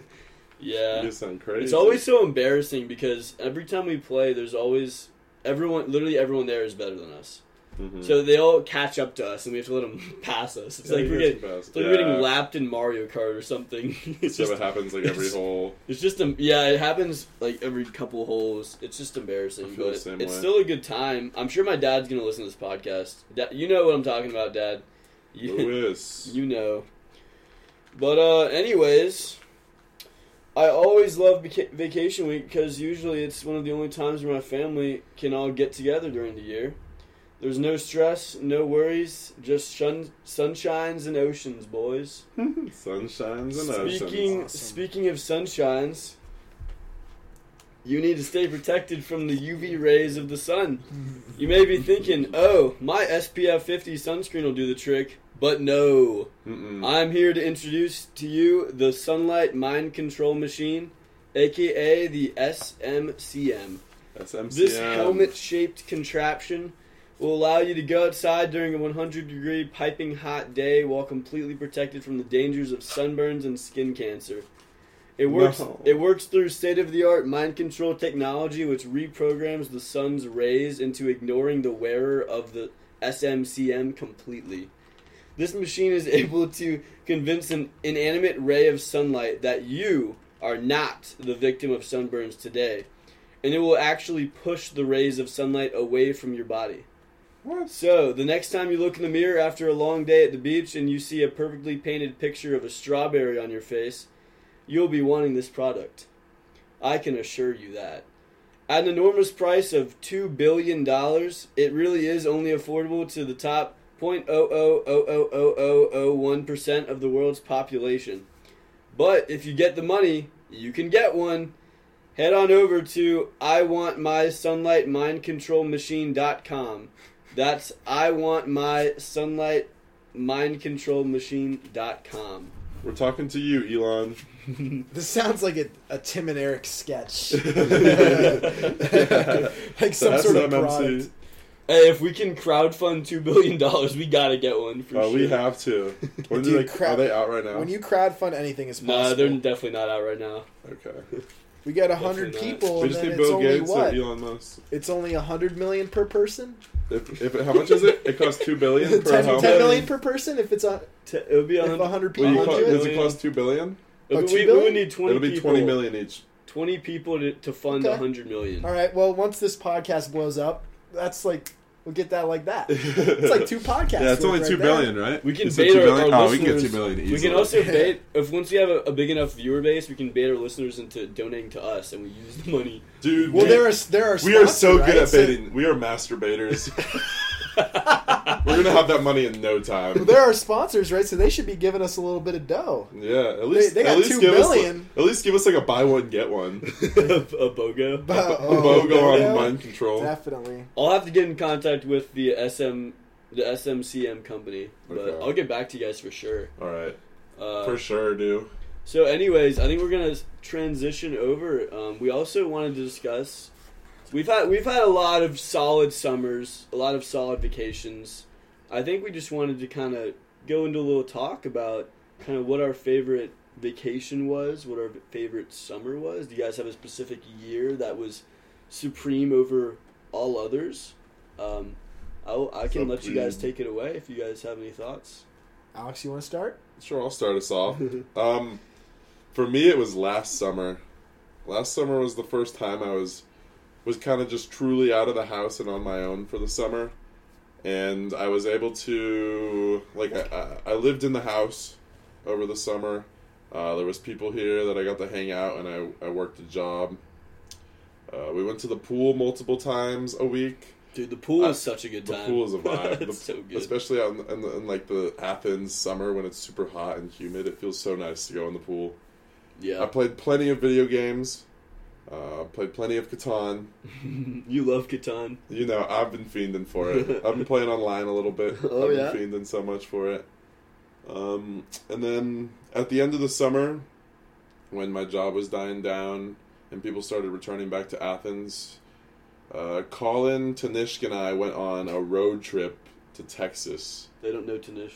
Speaker 1: yeah,
Speaker 2: You sound crazy.
Speaker 1: it's always so embarrassing because every time we play, there's always everyone. Literally, everyone there is better than us.
Speaker 2: Mhm.
Speaker 1: So they all catch up to us, and we have to let them pass us. It's
Speaker 2: Yeah,
Speaker 1: like
Speaker 2: you
Speaker 1: we're
Speaker 2: guys
Speaker 1: getting,
Speaker 2: are fast.
Speaker 1: it's like
Speaker 2: Yeah.
Speaker 1: we're getting lapped in Mario Kart or something. It's
Speaker 2: So
Speaker 1: just,
Speaker 2: it happens like every
Speaker 1: it's-
Speaker 2: hole.
Speaker 1: it's just, em- yeah, it happens like every couple holes. It's just embarrassing,
Speaker 2: I feel the
Speaker 1: but it's
Speaker 2: same way.
Speaker 1: still a good time. I'm sure my dad's gonna listen to this podcast. Da- you know what I'm talking about, Dad. You-
Speaker 2: Lewis.
Speaker 1: you know. But uh, anyways, I always love vaca- vacation week because usually it's one of the only times where my family can all get together during the year. There's no stress, no worries, just shun- sunshines and oceans, boys.
Speaker 2: Sunshines and
Speaker 1: Speaking
Speaker 2: oceans.
Speaker 3: Awesome.
Speaker 1: speaking of sunshines, you need to stay protected from the UV rays of the sun. You may be thinking, "Oh, my SPF 50 sunscreen will do the trick," but no.
Speaker 2: Mm-mm.
Speaker 1: I'm here to introduce to you the Sunlight Mind Control Machine, aka the SMCM.
Speaker 2: That's MCM.
Speaker 1: This helmet shaped contraption will allow you to go outside during a 100 degree piping hot day while completely protected from the dangers of sunburns and skin cancer. It works
Speaker 2: No.
Speaker 1: it works through state of the art mind control technology which reprograms the sun's rays into ignoring the wearer of the SMCM completely. This machine is able to convince an inanimate ray of sunlight that you are not the victim of sunburns today and it will actually push the rays of sunlight away from your body.
Speaker 2: What?
Speaker 1: So, the next time you look in the mirror after a long day at the beach and you see a perfectly painted picture of a strawberry on your face, you'll be wanting this product. I can assure you that. At an enormous price of $2 billion, it really is only affordable to the top 0.0000001% of the world's population. But if you get the money, you can get one. Head on over to iwantmysunlightmindcontrolmachine.com. That's iwantmysunlightmindcontrolmachine.com.
Speaker 2: We're talking to you, Elon.
Speaker 3: This sounds like a, a Tim and Eric sketch. like some
Speaker 2: That's
Speaker 3: sort of
Speaker 2: not MC.
Speaker 3: product.
Speaker 1: Hey, if we can crowdfund $2 billion, we gotta get one for
Speaker 2: Oh,
Speaker 1: sure.
Speaker 2: we have to. When do
Speaker 3: Dude,
Speaker 2: they,
Speaker 3: crap.
Speaker 2: Are they out right now?
Speaker 3: When you crowdfund anything is
Speaker 1: Nah,
Speaker 3: possible.
Speaker 1: they're definitely not out right now.
Speaker 2: okay.
Speaker 3: we got a hundred
Speaker 1: Definitely not.
Speaker 3: people,
Speaker 2: we
Speaker 3: and
Speaker 2: just
Speaker 3: then
Speaker 2: need
Speaker 3: it's
Speaker 2: Bill
Speaker 3: only
Speaker 2: Gates
Speaker 3: what?
Speaker 2: or Elon Musk.
Speaker 3: It's only a hundred million per person.
Speaker 2: If, if, how much is it? It costs two billion per
Speaker 3: Ten-
Speaker 2: helmet.
Speaker 3: 10 million per person if it's on
Speaker 1: T- it would be
Speaker 3: if
Speaker 1: on.
Speaker 3: hundred
Speaker 2: Will
Speaker 3: people
Speaker 2: you
Speaker 1: How
Speaker 3: do
Speaker 2: cost,
Speaker 1: much
Speaker 3: it.
Speaker 2: does it
Speaker 1: Million.
Speaker 2: cost two billion?
Speaker 1: We,
Speaker 3: Oh, two
Speaker 1: we,
Speaker 3: billion?
Speaker 1: would need 20
Speaker 2: It'll be
Speaker 1: people.
Speaker 2: twenty million each.
Speaker 1: 20 people to, to fund a
Speaker 3: Okay.
Speaker 1: 100 million.
Speaker 3: All right. Well, once this podcast blows up, that's like we'll get that like that. It's like two podcasts.
Speaker 2: yeah, it's
Speaker 3: worth
Speaker 2: only
Speaker 3: right
Speaker 2: two
Speaker 3: there.
Speaker 2: billion, right?
Speaker 1: We can
Speaker 2: You said
Speaker 1: bait
Speaker 2: two
Speaker 1: our-
Speaker 2: billion?
Speaker 1: our
Speaker 2: Oh, we can get
Speaker 1: listeners.
Speaker 2: two billion easily.
Speaker 1: We can also
Speaker 3: Yeah.
Speaker 1: bait if once we have a, a big enough viewer base, we can bait our listeners into donating to us, and we use the money.
Speaker 2: dude.
Speaker 3: Well,
Speaker 2: we-
Speaker 3: there are there are.
Speaker 2: we are so
Speaker 3: sponsor,
Speaker 2: good
Speaker 3: right?
Speaker 2: at baiting. we are masturbators. We're gonna have that money in no time.
Speaker 3: So, there are sponsors, right? So they should be giving us a little bit of dough.
Speaker 2: Yeah, at least
Speaker 3: they got
Speaker 2: at least
Speaker 3: two
Speaker 2: give
Speaker 3: billion.
Speaker 2: Us, at least give us like a buy one get one.
Speaker 1: a bogo.
Speaker 3: But, oh,
Speaker 2: Bogo on
Speaker 3: yeah,
Speaker 2: mind control.
Speaker 3: Definitely.
Speaker 1: I'll have to get in contact with the SM, the SMCM company, but
Speaker 2: Okay.
Speaker 1: I'll get back to you guys for sure.
Speaker 2: All right,
Speaker 1: Uh,
Speaker 2: for sure, dude.
Speaker 1: So, anyways, I think we're gonna s- transition over. Um, we also wanted to discuss. We've had we've had a lot of solid summers, a lot of solid vacations. I think we just wanted to kind of go into a little talk about kind of what our favorite vacation was, what our favorite summer was. Do you guys have a specific year that was supreme over all others? Um, I'll, I can let you guys
Speaker 2: Supreme.
Speaker 1: take it away if you guys have any thoughts.
Speaker 3: Alex, you want to start?
Speaker 2: Sure, I'll start us off. um, for me, it was last summer. Last summer was the first time I was was kind of just truly out of the house and on my own for the summer, and I was able to like I, I I lived in the house over the summer. Uh, there was people here that I got to hang out, and I I worked a job. Uh, we went to the pool multiple times a week.
Speaker 1: Dude, the pool
Speaker 2: Uh,
Speaker 1: is such a good
Speaker 2: The
Speaker 1: time.
Speaker 2: pool is a vibe.
Speaker 1: it's
Speaker 2: The-
Speaker 1: so good.
Speaker 2: Especially on in, the, in like the Athens summer when it's super hot and humid. It feels so nice to go in the pool.
Speaker 1: yeah.
Speaker 2: I played plenty of video games. Uh, played plenty of Catan.
Speaker 1: you love Catan.
Speaker 2: You know, I've been fiending for it. I've been playing online a little bit.
Speaker 1: Oh,
Speaker 2: I've
Speaker 1: yeah?
Speaker 2: been fiending so much for it. Um, and then at the end of the summer, when my job was dying down and people started returning back to Athens, uh, Colin, Tanishk, and I went on a road trip to Texas.
Speaker 1: They don't know Tanishk.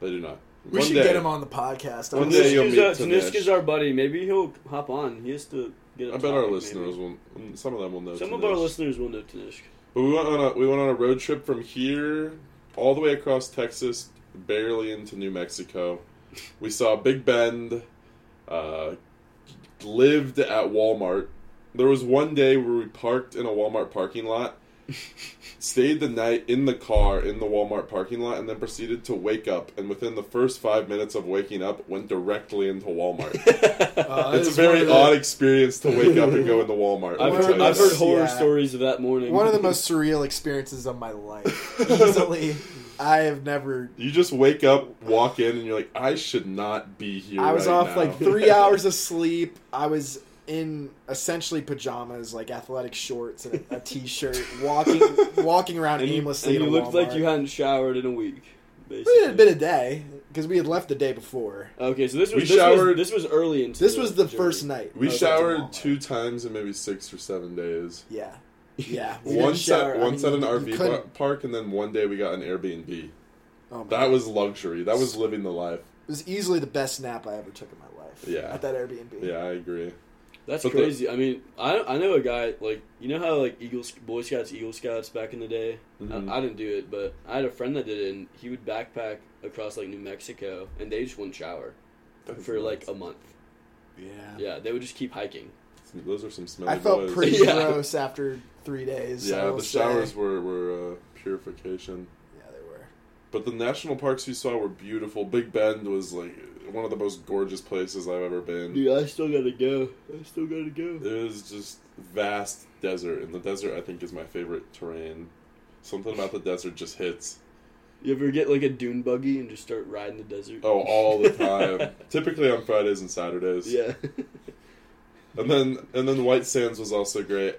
Speaker 2: They do not.
Speaker 3: We
Speaker 2: One
Speaker 3: should
Speaker 2: day-
Speaker 3: get him on the podcast.
Speaker 2: One
Speaker 3: I'm
Speaker 2: day
Speaker 1: Tanishk
Speaker 2: you'll
Speaker 1: is,
Speaker 2: meet
Speaker 1: uh,
Speaker 2: Tanishk.
Speaker 1: Tanishk is our buddy. Maybe he'll hop on. He has to get. a
Speaker 2: I bet our
Speaker 1: topic,
Speaker 2: listeners
Speaker 1: maybe.
Speaker 2: will. Some of them will know.
Speaker 1: Some of our
Speaker 2: Tanishk.
Speaker 1: listeners will know Tanishk.
Speaker 2: But we went on a we went on a road trip from here all the way across Texas, barely into New Mexico. We saw Big Bend. Uh, lived at Walmart. There was one day where we parked in a Walmart parking lot, stayed the night in the car in the Walmart parking lot, and then proceeded to wake up. And within the first five minutes of waking up, went directly into Walmart.
Speaker 3: Uh,
Speaker 2: it's a
Speaker 3: it's one
Speaker 2: very
Speaker 3: of the-
Speaker 2: odd experience to wake up and go into Walmart. let
Speaker 1: I've
Speaker 2: me tell
Speaker 1: heard,
Speaker 3: One
Speaker 2: you
Speaker 1: I've
Speaker 2: that.
Speaker 1: heard horror
Speaker 3: Yeah.
Speaker 1: stories of that morning.
Speaker 3: One of the most surreal experiences of my life. Easily, I have never.
Speaker 2: You just wake up, walk in, and you're like, I should not be here.
Speaker 3: I was
Speaker 2: right
Speaker 3: off
Speaker 2: now."
Speaker 3: like three hours of sleep. I was in essentially pajamas, like athletic shorts and a, a t-shirt, walking walking around
Speaker 1: and you,
Speaker 3: aimlessly.
Speaker 1: and
Speaker 3: in
Speaker 1: you
Speaker 3: a
Speaker 1: looked like you
Speaker 3: Walmart.
Speaker 1: hadn't showered in a week. Basically.
Speaker 3: It had been a day because we had left the day before.
Speaker 1: Okay, so this was
Speaker 2: We
Speaker 1: this,
Speaker 2: showered-
Speaker 1: was this was early into
Speaker 3: This was the
Speaker 1: journey.
Speaker 3: first night.
Speaker 2: we
Speaker 3: I was at the
Speaker 2: showered
Speaker 3: Walmart.
Speaker 2: two times in maybe six or seven days.
Speaker 3: Yeah, yeah. we didn't
Speaker 2: Once
Speaker 3: shower.
Speaker 2: at
Speaker 3: I
Speaker 2: once
Speaker 3: mean,
Speaker 2: at an
Speaker 3: you- you
Speaker 2: RV
Speaker 3: couldn't-
Speaker 2: par- park, and then one day we got an Airbnb.
Speaker 3: Oh my
Speaker 2: That was luxury. That was living the life.
Speaker 3: It was easily the best nap I ever took in my life.
Speaker 2: Yeah.
Speaker 3: At that Airbnb.
Speaker 2: Yeah, I agree.
Speaker 1: That's
Speaker 2: But the-
Speaker 1: crazy. I mean, I I know a guy like you know how like Eagle Sc- Boy Scouts, Eagle Scouts back in the day.
Speaker 2: Mhm.
Speaker 1: I, I didn't do it, but I had a friend that did it, and he would backpack across like New Mexico, and they just wouldn't shower
Speaker 2: That's
Speaker 1: for like
Speaker 2: nuts.
Speaker 1: a month.
Speaker 3: Yeah.
Speaker 1: Yeah, they would just keep hiking.
Speaker 2: those are some smelly.
Speaker 3: I felt
Speaker 2: boys.
Speaker 3: pretty
Speaker 1: Yeah.
Speaker 3: gross after three days. I
Speaker 2: Yeah,
Speaker 3: will
Speaker 2: the
Speaker 3: say.
Speaker 2: showers were were uh, purification.
Speaker 3: Yeah, they were.
Speaker 2: But the national parks we saw were beautiful. Big Bend was like one of the most gorgeous places I've ever been.
Speaker 1: Dude, I still gotta go. I still gotta go.
Speaker 2: It was just vast desert, and the desert I think is my favorite terrain. Something about the desert just hits.
Speaker 1: You ever get like a dune buggy and just start riding the desert?
Speaker 2: Oh, all the time. Typically on Fridays and Saturdays.
Speaker 1: yeah.
Speaker 2: And then and then White Sands was also great.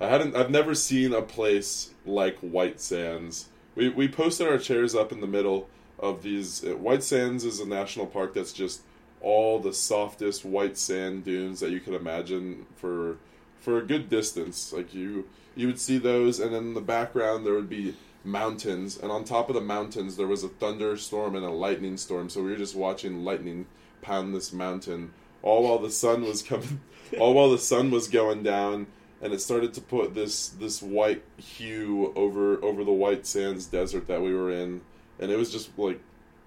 Speaker 2: I hadn't I've never seen a place like White Sands. We we posted our chairs up in the middle of these uh, White Sands is a national park that's just all the softest white sand dunes that you could imagine for for a good distance. Like you you would see those and then in the background there would be mountains and on top of the mountains there was a thunderstorm and a lightning storm so we were just watching lightning pound this mountain all while the sun was coming all while the sun was going down and it started to put this this white hue over over the white sands desert that we were in and it was just like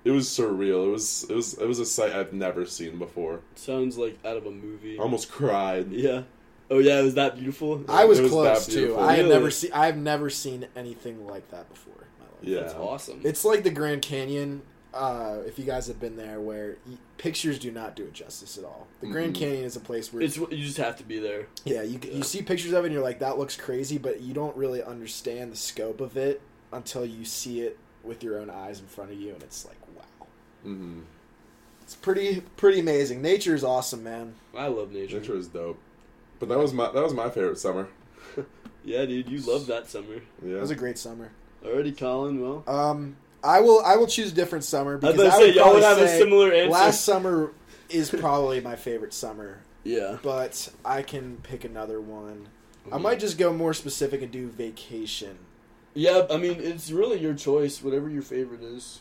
Speaker 2: it was surreal it was it was it was a sight i've never seen before
Speaker 1: Sounds like out of a movie.
Speaker 2: I almost cried
Speaker 1: Yeah. Oh yeah, it was that beautiful.
Speaker 3: I was,
Speaker 2: it was that
Speaker 3: close too.
Speaker 2: beautiful.
Speaker 3: I have
Speaker 1: Really?
Speaker 3: never seen. I've never seen anything like that before. In my life.
Speaker 2: yeah
Speaker 1: That's awesome.
Speaker 3: It's like the Grand Canyon. Uh, if you guys have been there, where y pictures do not do it justice at all. The Grand
Speaker 2: Mhm.
Speaker 3: Canyon is a place where
Speaker 1: It's you just have to be there.
Speaker 3: Yeah, you,
Speaker 1: Yeah.
Speaker 3: you see pictures of it and you're like, that looks crazy, but you don't really understand the scope of it until you see it with your own eyes in front of you, and it's like, wow.
Speaker 2: hmm
Speaker 3: It's pretty pretty amazing. Nature is awesome, man.
Speaker 1: I love nature.
Speaker 2: nature is dope but that was my that was my favorite summer
Speaker 1: Yeah, dude, you love that summer.
Speaker 2: yeah
Speaker 3: It was a great summer.
Speaker 1: Already, Colin. Well,
Speaker 3: Um, I will I will choose a different summer
Speaker 1: I was
Speaker 3: because
Speaker 1: about to
Speaker 3: I,
Speaker 1: say
Speaker 3: would
Speaker 1: y'all
Speaker 3: probably
Speaker 1: would have a
Speaker 3: say
Speaker 1: similar answer.
Speaker 3: last summer is probably my favorite summer,
Speaker 1: yeah,
Speaker 3: but I can pick another one.
Speaker 1: Mm-hmm.
Speaker 3: I might just go more specific and do vacation.
Speaker 1: yeah. I mean, it's really your choice. Whatever your favorite is.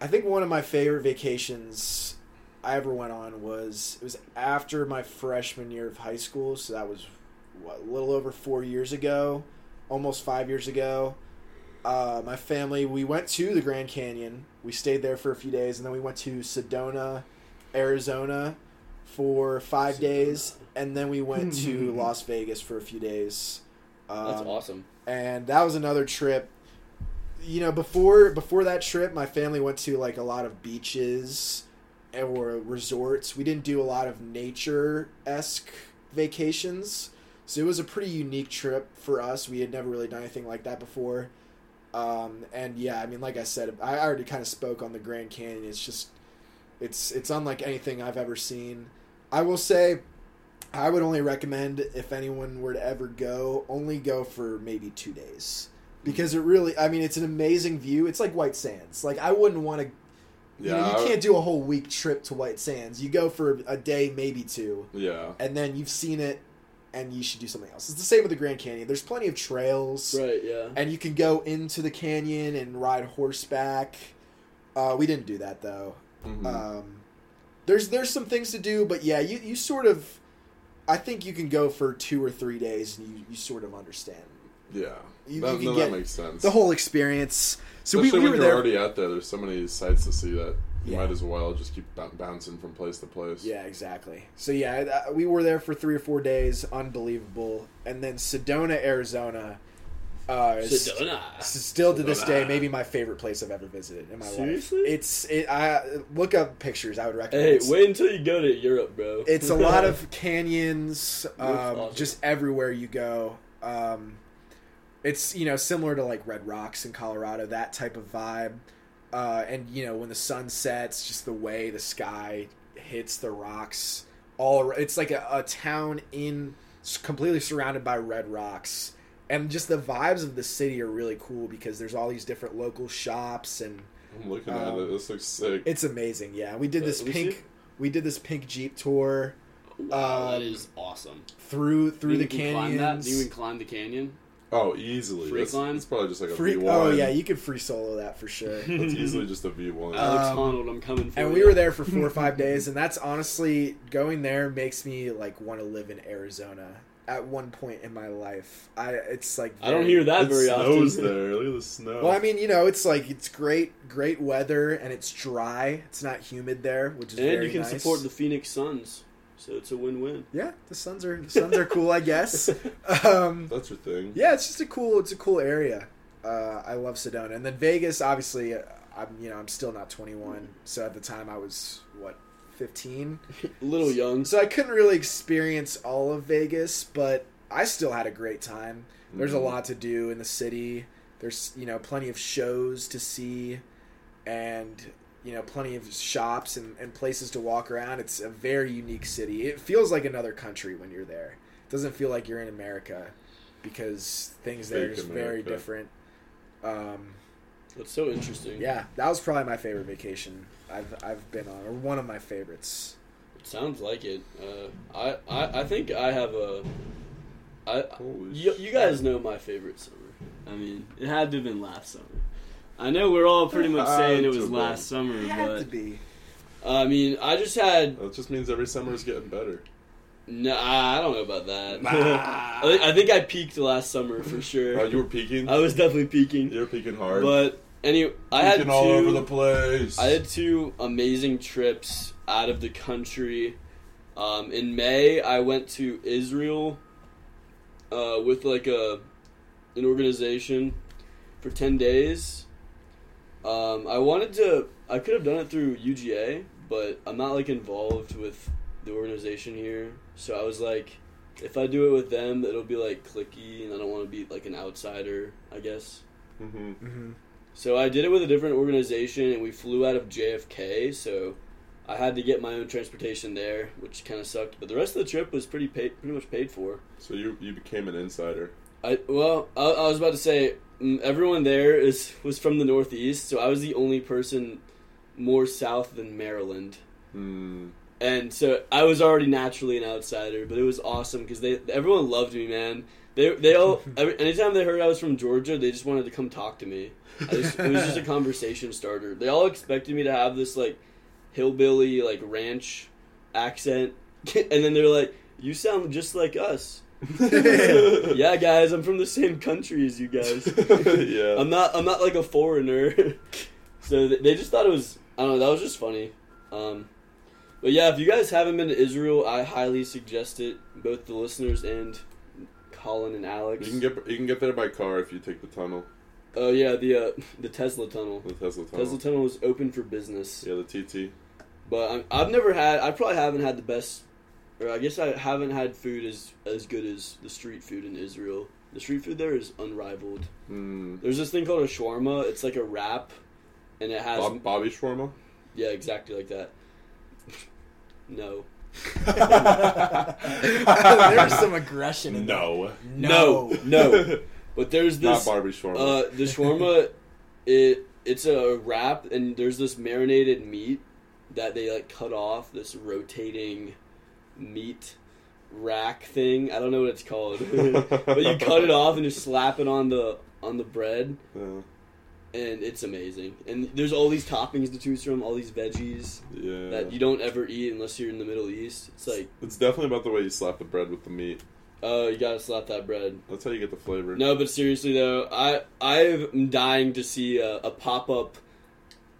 Speaker 3: I think one of my favorite vacations I ever went on was it was after my freshman year of high school, so that was what, a little over four years ago, almost five years ago. Uh, my family we went to the Grand Canyon. We stayed there for a few days, and then we went to Sedona, Arizona, for five
Speaker 1: Sedona. Hmm.
Speaker 3: days, and then we went to Las Vegas for a few days. Um,
Speaker 1: That's awesome.
Speaker 3: and that was another trip you know before before that trip my family went to like a lot of beaches or resorts we didn't do a lot of nature-esque vacations so it was a pretty unique trip for us we had never really done anything like that before um, and yeah i mean like i said i already kind of spoke on the grand canyon it's just it's it's unlike anything i've ever seen i will say I would only recommend if anyone were to ever go, only go for maybe two days.
Speaker 2: Hmm.
Speaker 3: Because it really, I mean, it's an amazing view. It's like White Sands. Like, I wouldn't want to, you
Speaker 2: Yeah,
Speaker 3: know,
Speaker 2: I
Speaker 3: you
Speaker 2: would-
Speaker 3: can't do a whole week trip to White Sands. You go for a day, maybe two,
Speaker 2: Yeah.
Speaker 3: and then you've seen it and you should do something else. It's the same with the Grand Canyon. There's plenty of trails.
Speaker 1: Right, yeah.
Speaker 3: and you can go into the canyon and ride horseback. Uh, we didn't do that though.
Speaker 2: Mhm.
Speaker 3: Um, there's there's some things to do, but yeah, you, you sort of, I think you can go for two or three days and you, you sort of understand
Speaker 2: yeah.
Speaker 3: you-
Speaker 2: that,
Speaker 3: you can
Speaker 2: no,
Speaker 3: get
Speaker 2: that makes sense.
Speaker 3: the whole experience. So we,
Speaker 2: Especially
Speaker 3: we
Speaker 2: when
Speaker 3: were
Speaker 2: you're
Speaker 3: there.
Speaker 2: already out there, there's so many sights to see that you
Speaker 3: Yeah.
Speaker 2: might as well just keep b- bouncing from place to place.
Speaker 3: Yeah, exactly. So yeah, th- we were there for three or four days, unbelievable. And then Sedona, Arizona, uh, is-
Speaker 1: Sedona.
Speaker 3: S- still to this day
Speaker 1: Sedona.
Speaker 3: maybe my favorite place I've ever visited in my
Speaker 1: Seriously?
Speaker 3: life. It's it, I look up pictures. I would recommend.
Speaker 1: Hey,
Speaker 3: It's-
Speaker 1: wait until you go to Europe, bro.
Speaker 3: It's a lot of canyons, um,
Speaker 1: awesome.
Speaker 3: just everywhere you go. Um, it's you know similar to like Red Rocks in Colorado, that type of vibe. Uh, and you know when the sun sets, just the way the sky hits the rocks. All ar- it's like a, a town in s- completely surrounded by red rocks, and just the vibes of the city are really cool because there's all these different local shops and
Speaker 2: I'm looking at
Speaker 3: Um,
Speaker 2: it. This looks sick.
Speaker 3: it's amazing. Yeah, we did
Speaker 1: Uh,
Speaker 3: this
Speaker 1: we
Speaker 3: pink.
Speaker 1: see?
Speaker 3: We did this pink jeep tour
Speaker 1: Wow,
Speaker 3: um,
Speaker 1: that is awesome.
Speaker 3: through through
Speaker 1: You
Speaker 3: the
Speaker 1: can climb that?
Speaker 3: canyons.
Speaker 1: You can climb the canyon.
Speaker 2: oh, easily.
Speaker 1: Free
Speaker 2: That's-
Speaker 1: climb?
Speaker 2: It's probably just like a
Speaker 3: free,
Speaker 2: V1.
Speaker 3: oh yeah, you could free solo that for sure.
Speaker 2: That's easily just a V1.
Speaker 3: Uh,
Speaker 1: Alex
Speaker 3: Um,
Speaker 1: Honnold, I'm coming for
Speaker 3: and
Speaker 1: you.
Speaker 3: we were there for four or five days, and that's honestly going there makes me like want to live in Arizona. At one point in my life, I it's like
Speaker 1: I don't
Speaker 3: very-
Speaker 1: hear that
Speaker 2: it
Speaker 1: very
Speaker 2: snows
Speaker 1: often.
Speaker 2: there. Look at the snow.
Speaker 3: Well, I mean, you know, it's like it's great, great weather, and it's dry. It's not humid there, which is
Speaker 1: And
Speaker 3: very
Speaker 1: you can
Speaker 3: nice.
Speaker 1: support the Phoenix Suns, so it's a win-win.
Speaker 3: yeah. The suns are the suns are cool, I guess. Um,
Speaker 2: That's your thing.
Speaker 3: yeah, it's just a cool, it's a cool area. Uh, I love Sedona, and then Vegas. Obviously, uh, I'm you know I'm still not 21, so at the time I was what 15,
Speaker 1: A little young.
Speaker 3: so I couldn't really experience all of Vegas, but I still had a great time. There's a
Speaker 2: Mhm.
Speaker 3: lot to do in the city. There's you know plenty of shows to see, and you know plenty of shops and, and places to walk around. It's a very unique city. It feels like another country when you're there. It doesn't feel like you're in America because things there
Speaker 2: Fake
Speaker 3: is very
Speaker 2: America.
Speaker 3: different. Um,
Speaker 1: That's so interesting.
Speaker 3: yeah, that was probably my favorite vacation I've I've been on, or one of my favorites.
Speaker 1: It sounds like it. Uh, I, I I think I have a. I
Speaker 2: Holy
Speaker 1: you, you guys know my favorite summer. I mean, it had to have been last summer. I know we're all pretty much
Speaker 2: Had
Speaker 1: saying it
Speaker 2: to
Speaker 1: was
Speaker 2: have
Speaker 1: last summer,
Speaker 3: It had to
Speaker 1: but
Speaker 3: be.
Speaker 1: Uh, I mean, I just had.
Speaker 2: That just means every summer is getting better.
Speaker 1: No, I don't know about that.
Speaker 2: Nah.
Speaker 1: I, think, I think I peaked last summer for sure.
Speaker 2: Oh, you were peeking.
Speaker 1: I was definitely peaking.
Speaker 2: you were peeking hard.
Speaker 1: But anyway, I had
Speaker 2: peeking
Speaker 1: two.
Speaker 2: all over the place.
Speaker 1: I had two amazing trips out of the country. Um, in May, I went to Israel uh, with like a an organization for ten days. Um, I wanted to. I could have done it through UGA, but I'm not like involved with the organization here. So I was like, if I do it with them, it'll be like clicky, and I don't want to be like an outsider. I guess.
Speaker 2: hmm
Speaker 3: hmm
Speaker 1: So I did it with a different organization, and we flew out of JFK. So I had to get my own transportation there, which kind of sucked. But the rest of the trip was pretty paid, pretty much paid for.
Speaker 2: So you you became an insider.
Speaker 1: I well, I, I was about to say mm, everyone there is was from the Northeast, so I was the only person more south than Maryland.
Speaker 2: Hmm.
Speaker 1: And so I was already naturally an outsider, but it was awesome because they everyone loved me, man. They they all every, anytime they heard I was from Georgia, they just wanted to come talk to me. I just, it was just a conversation starter. They all expected me to have this like hillbilly like ranch accent, and then they're like, "You sound just like us."
Speaker 2: yeah.
Speaker 1: yeah, guys, I'm from the same country as you guys.
Speaker 2: Hmm. yeah.
Speaker 1: I'm not I'm not like a foreigner. so th- they just thought it was I don't know, that was just funny. Um but yeah, if you guys haven't been to Israel, I highly suggest it both the listeners and Colin and Alex.
Speaker 2: You can get you can get there by car if you take the tunnel,
Speaker 1: Oh yeah, the uh, the Tesla tunnel.
Speaker 2: the Tesla tunnel.
Speaker 1: Tesla tunnel is open for business.
Speaker 2: Oh. yeah, the TT.
Speaker 1: But I'm, I've never had I probably haven't had the best or I guess I haven't had food as as good as the street food in Israel. The street food there is unrivaled.
Speaker 2: Hmm.
Speaker 1: There's this thing called a shawarma. It's like a wrap and it has
Speaker 2: Bob, Bobby shawarma.
Speaker 1: Yeah, exactly like that. No.
Speaker 3: There's some aggression in
Speaker 2: No.
Speaker 3: that.
Speaker 1: No, no. But there's
Speaker 2: Not
Speaker 1: this
Speaker 2: Barbie shawarma.
Speaker 1: uh the shawarma it it's a wrap and there's this marinated meat that they like cut off this rotating meat rack thing. I don't know what it's called. but you cut it off and just slap it on the on the bread
Speaker 2: Yeah.
Speaker 1: and it's amazing. And there's all these toppings to choose from, all these veggies
Speaker 2: yeah.
Speaker 1: that you don't ever eat unless you're in the Middle East. It's like,
Speaker 2: It's definitely about the way you slap the bread with the meat.
Speaker 1: oh, you gotta slap that bread.
Speaker 2: That's how you get the flavor.
Speaker 1: No, but seriously though, I I'm dying to see a, a pop up,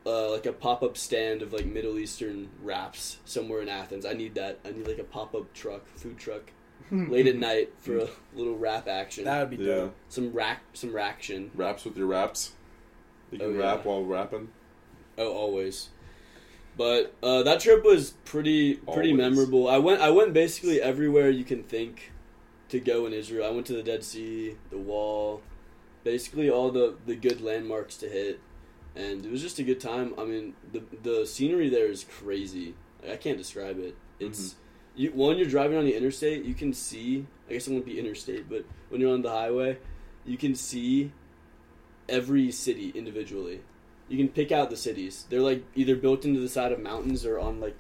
Speaker 1: uh, like a pop up stand of like Middle Eastern wraps somewhere in Athens. I need that. I need like a pop up truck, food truck, late at night for a little wrap action,
Speaker 3: That would be
Speaker 2: Yeah.
Speaker 3: dope.
Speaker 1: some rack, some raction.
Speaker 2: Wraps with your wraps. You
Speaker 1: Oh,
Speaker 2: can
Speaker 1: yeah.
Speaker 2: wrap while rapping.
Speaker 1: Oh, always. But uh, that trip was pretty pretty
Speaker 2: Always.
Speaker 1: memorable. I went I went basically everywhere you can think to go in Israel. I went to the Dead Sea, the Wall, basically all the the good landmarks to hit, and it was just a good time. I mean, the the scenery there is crazy. I can't describe it. It's you one you're driving on the interstate, you can see. I guess it won't be interstate, but when you're on the highway, you can see every city individually. You can pick out the cities. They're like either built into the side of mountains or on like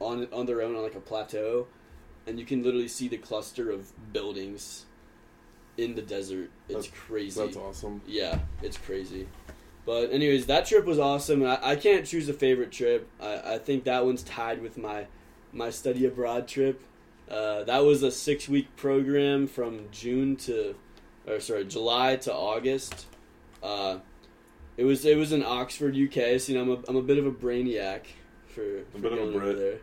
Speaker 1: on on their own on like a plateau, and you can literally see the cluster of buildings in the desert. It's crazy.
Speaker 2: That's awesome.
Speaker 1: Yeah, it's crazy. But anyways, that trip was awesome, and I, I can't choose a favorite trip. I, I think that one's tied with my my study abroad trip. Uh, that was a six week program from June to, or sorry, July to August. Uh, it was it was in Oxford, UK. So you know, I'm a, I'm a bit of a brainiac for, for
Speaker 2: bit of a
Speaker 1: going over
Speaker 2: Brit.
Speaker 1: there.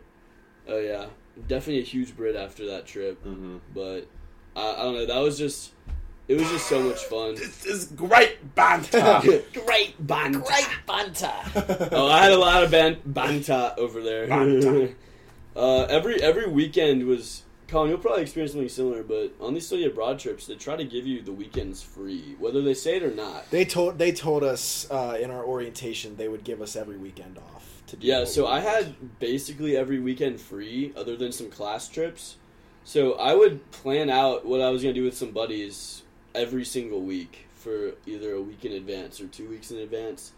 Speaker 1: Oh yeah, definitely a huge Brit after that trip.
Speaker 2: Mm-hmm.
Speaker 1: But I, I don't know. That was just it was just so much fun.
Speaker 2: This is great banter.
Speaker 1: Great banter. Great banter.
Speaker 2: oh,
Speaker 1: oh, I had a lot of ban- banter over there.
Speaker 2: Banter.
Speaker 1: uh, every every weekend was Colin. You'll probably experience something similar, but on these study abroad trips, they try to give you the weekends free, whether they say it or not.
Speaker 3: They told they told us uh, in our orientation they would give us every weekend off to do.
Speaker 1: Yeah,
Speaker 3: what
Speaker 1: so
Speaker 3: we
Speaker 1: I
Speaker 3: did.
Speaker 1: had basically every weekend free, other than some class trips. So I would plan out what I was gonna do with some buddies every single week for either a week in advance or two weeks in advance.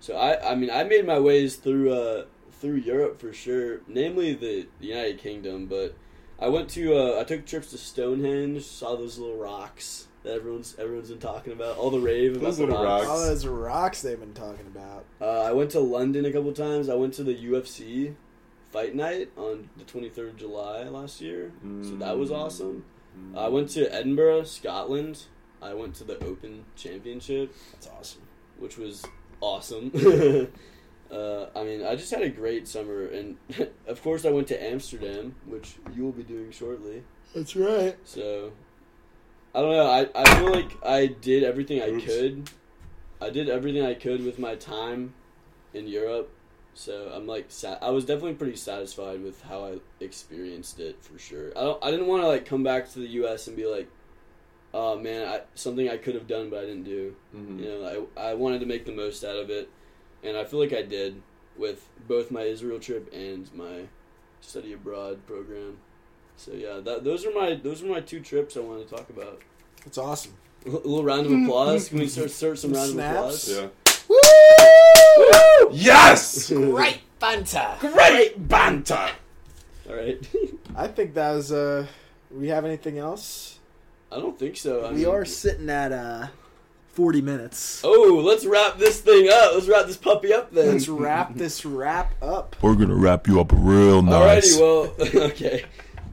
Speaker 1: So I, I mean, I made my ways through uh, through Europe for sure, namely the United Kingdom. But I went to uh, I took trips to Stonehenge, saw those little rocks that everyone's everyone's been talking about, all the rave about
Speaker 2: Those
Speaker 1: the
Speaker 2: little
Speaker 1: rocks.
Speaker 3: all those rocks they've been talking about.
Speaker 1: Uh, I went to London a couple times. I went to the UFC fight night on the 23rd of July last year. So that was awesome.
Speaker 2: Mm-hmm.
Speaker 1: I went to Edinburgh, Scotland. I went to the Open Championship,
Speaker 3: That's awesome.
Speaker 1: which was awesome. uh, I mean, I just had a great summer. And of course, I went to Amsterdam, which you will be doing shortly.
Speaker 3: That's right.
Speaker 1: So I don't know. I, I feel like I did everything I
Speaker 2: Oops.
Speaker 1: could. I did everything I could with my time in Europe. So I'm like sa- I was definitely pretty satisfied with how I experienced it for sure. I don't I didn't want to like come back to the US and be like oh man, I, something I could have done but I didn't do.
Speaker 2: Mhm.
Speaker 1: You know, Mm. I I wanted to make the most out of it and I feel like I did with both my Israel trip and my study abroad program. So yeah, that, those are my those are my two trips I wanted to talk about.
Speaker 3: That's awesome.
Speaker 1: A little round of applause. Can we start, start some round
Speaker 3: Snaps.
Speaker 1: of applause?
Speaker 2: Yeah.
Speaker 3: Woo!
Speaker 2: Yes.
Speaker 3: Great banter.
Speaker 2: great banter.
Speaker 1: All right.
Speaker 3: I think that was. Uh, we have anything else?
Speaker 1: I don't think so. I
Speaker 3: we
Speaker 1: mean-
Speaker 2: Um,
Speaker 3: are sitting at uh, forty minutes.
Speaker 1: Oh, let's wrap this thing up. Let's wrap this puppy up then.
Speaker 3: Let's wrap this wrap up.
Speaker 4: We're gonna wrap you up real nice.
Speaker 1: Alrighty. Well, okay.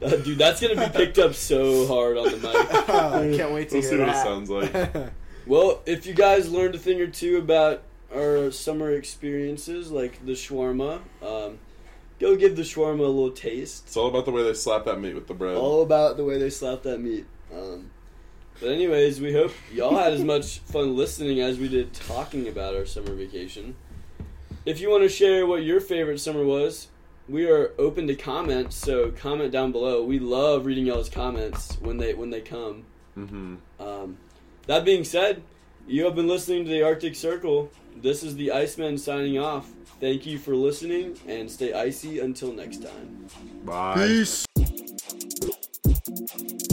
Speaker 1: Uh, dude, that's gonna be picked up so hard on the mic.
Speaker 3: I can't wait to
Speaker 2: We'll
Speaker 3: hear
Speaker 2: see what it
Speaker 3: that.
Speaker 2: sounds like.
Speaker 1: Well, if you guys learned a thing or two about our summer experiences, like the shawarma, um, go give the shawarma a little taste.
Speaker 2: It's all about the way they slap that meat with the bread.
Speaker 1: all about the way they slap that meat. Um, but anyways, we hope y'all had as much fun listening as we did talking about our summer vacation. If you want to share what your favorite summer was, we are open to comments, so comment down below. We love reading y'all's comments when they when they come.
Speaker 2: Mm-hmm.
Speaker 1: Um, that being said, You have been listening to the Arctic Circle. This is the Iceman signing off. Thank you for listening and stay icy until next time.
Speaker 2: Bye.
Speaker 4: Peace.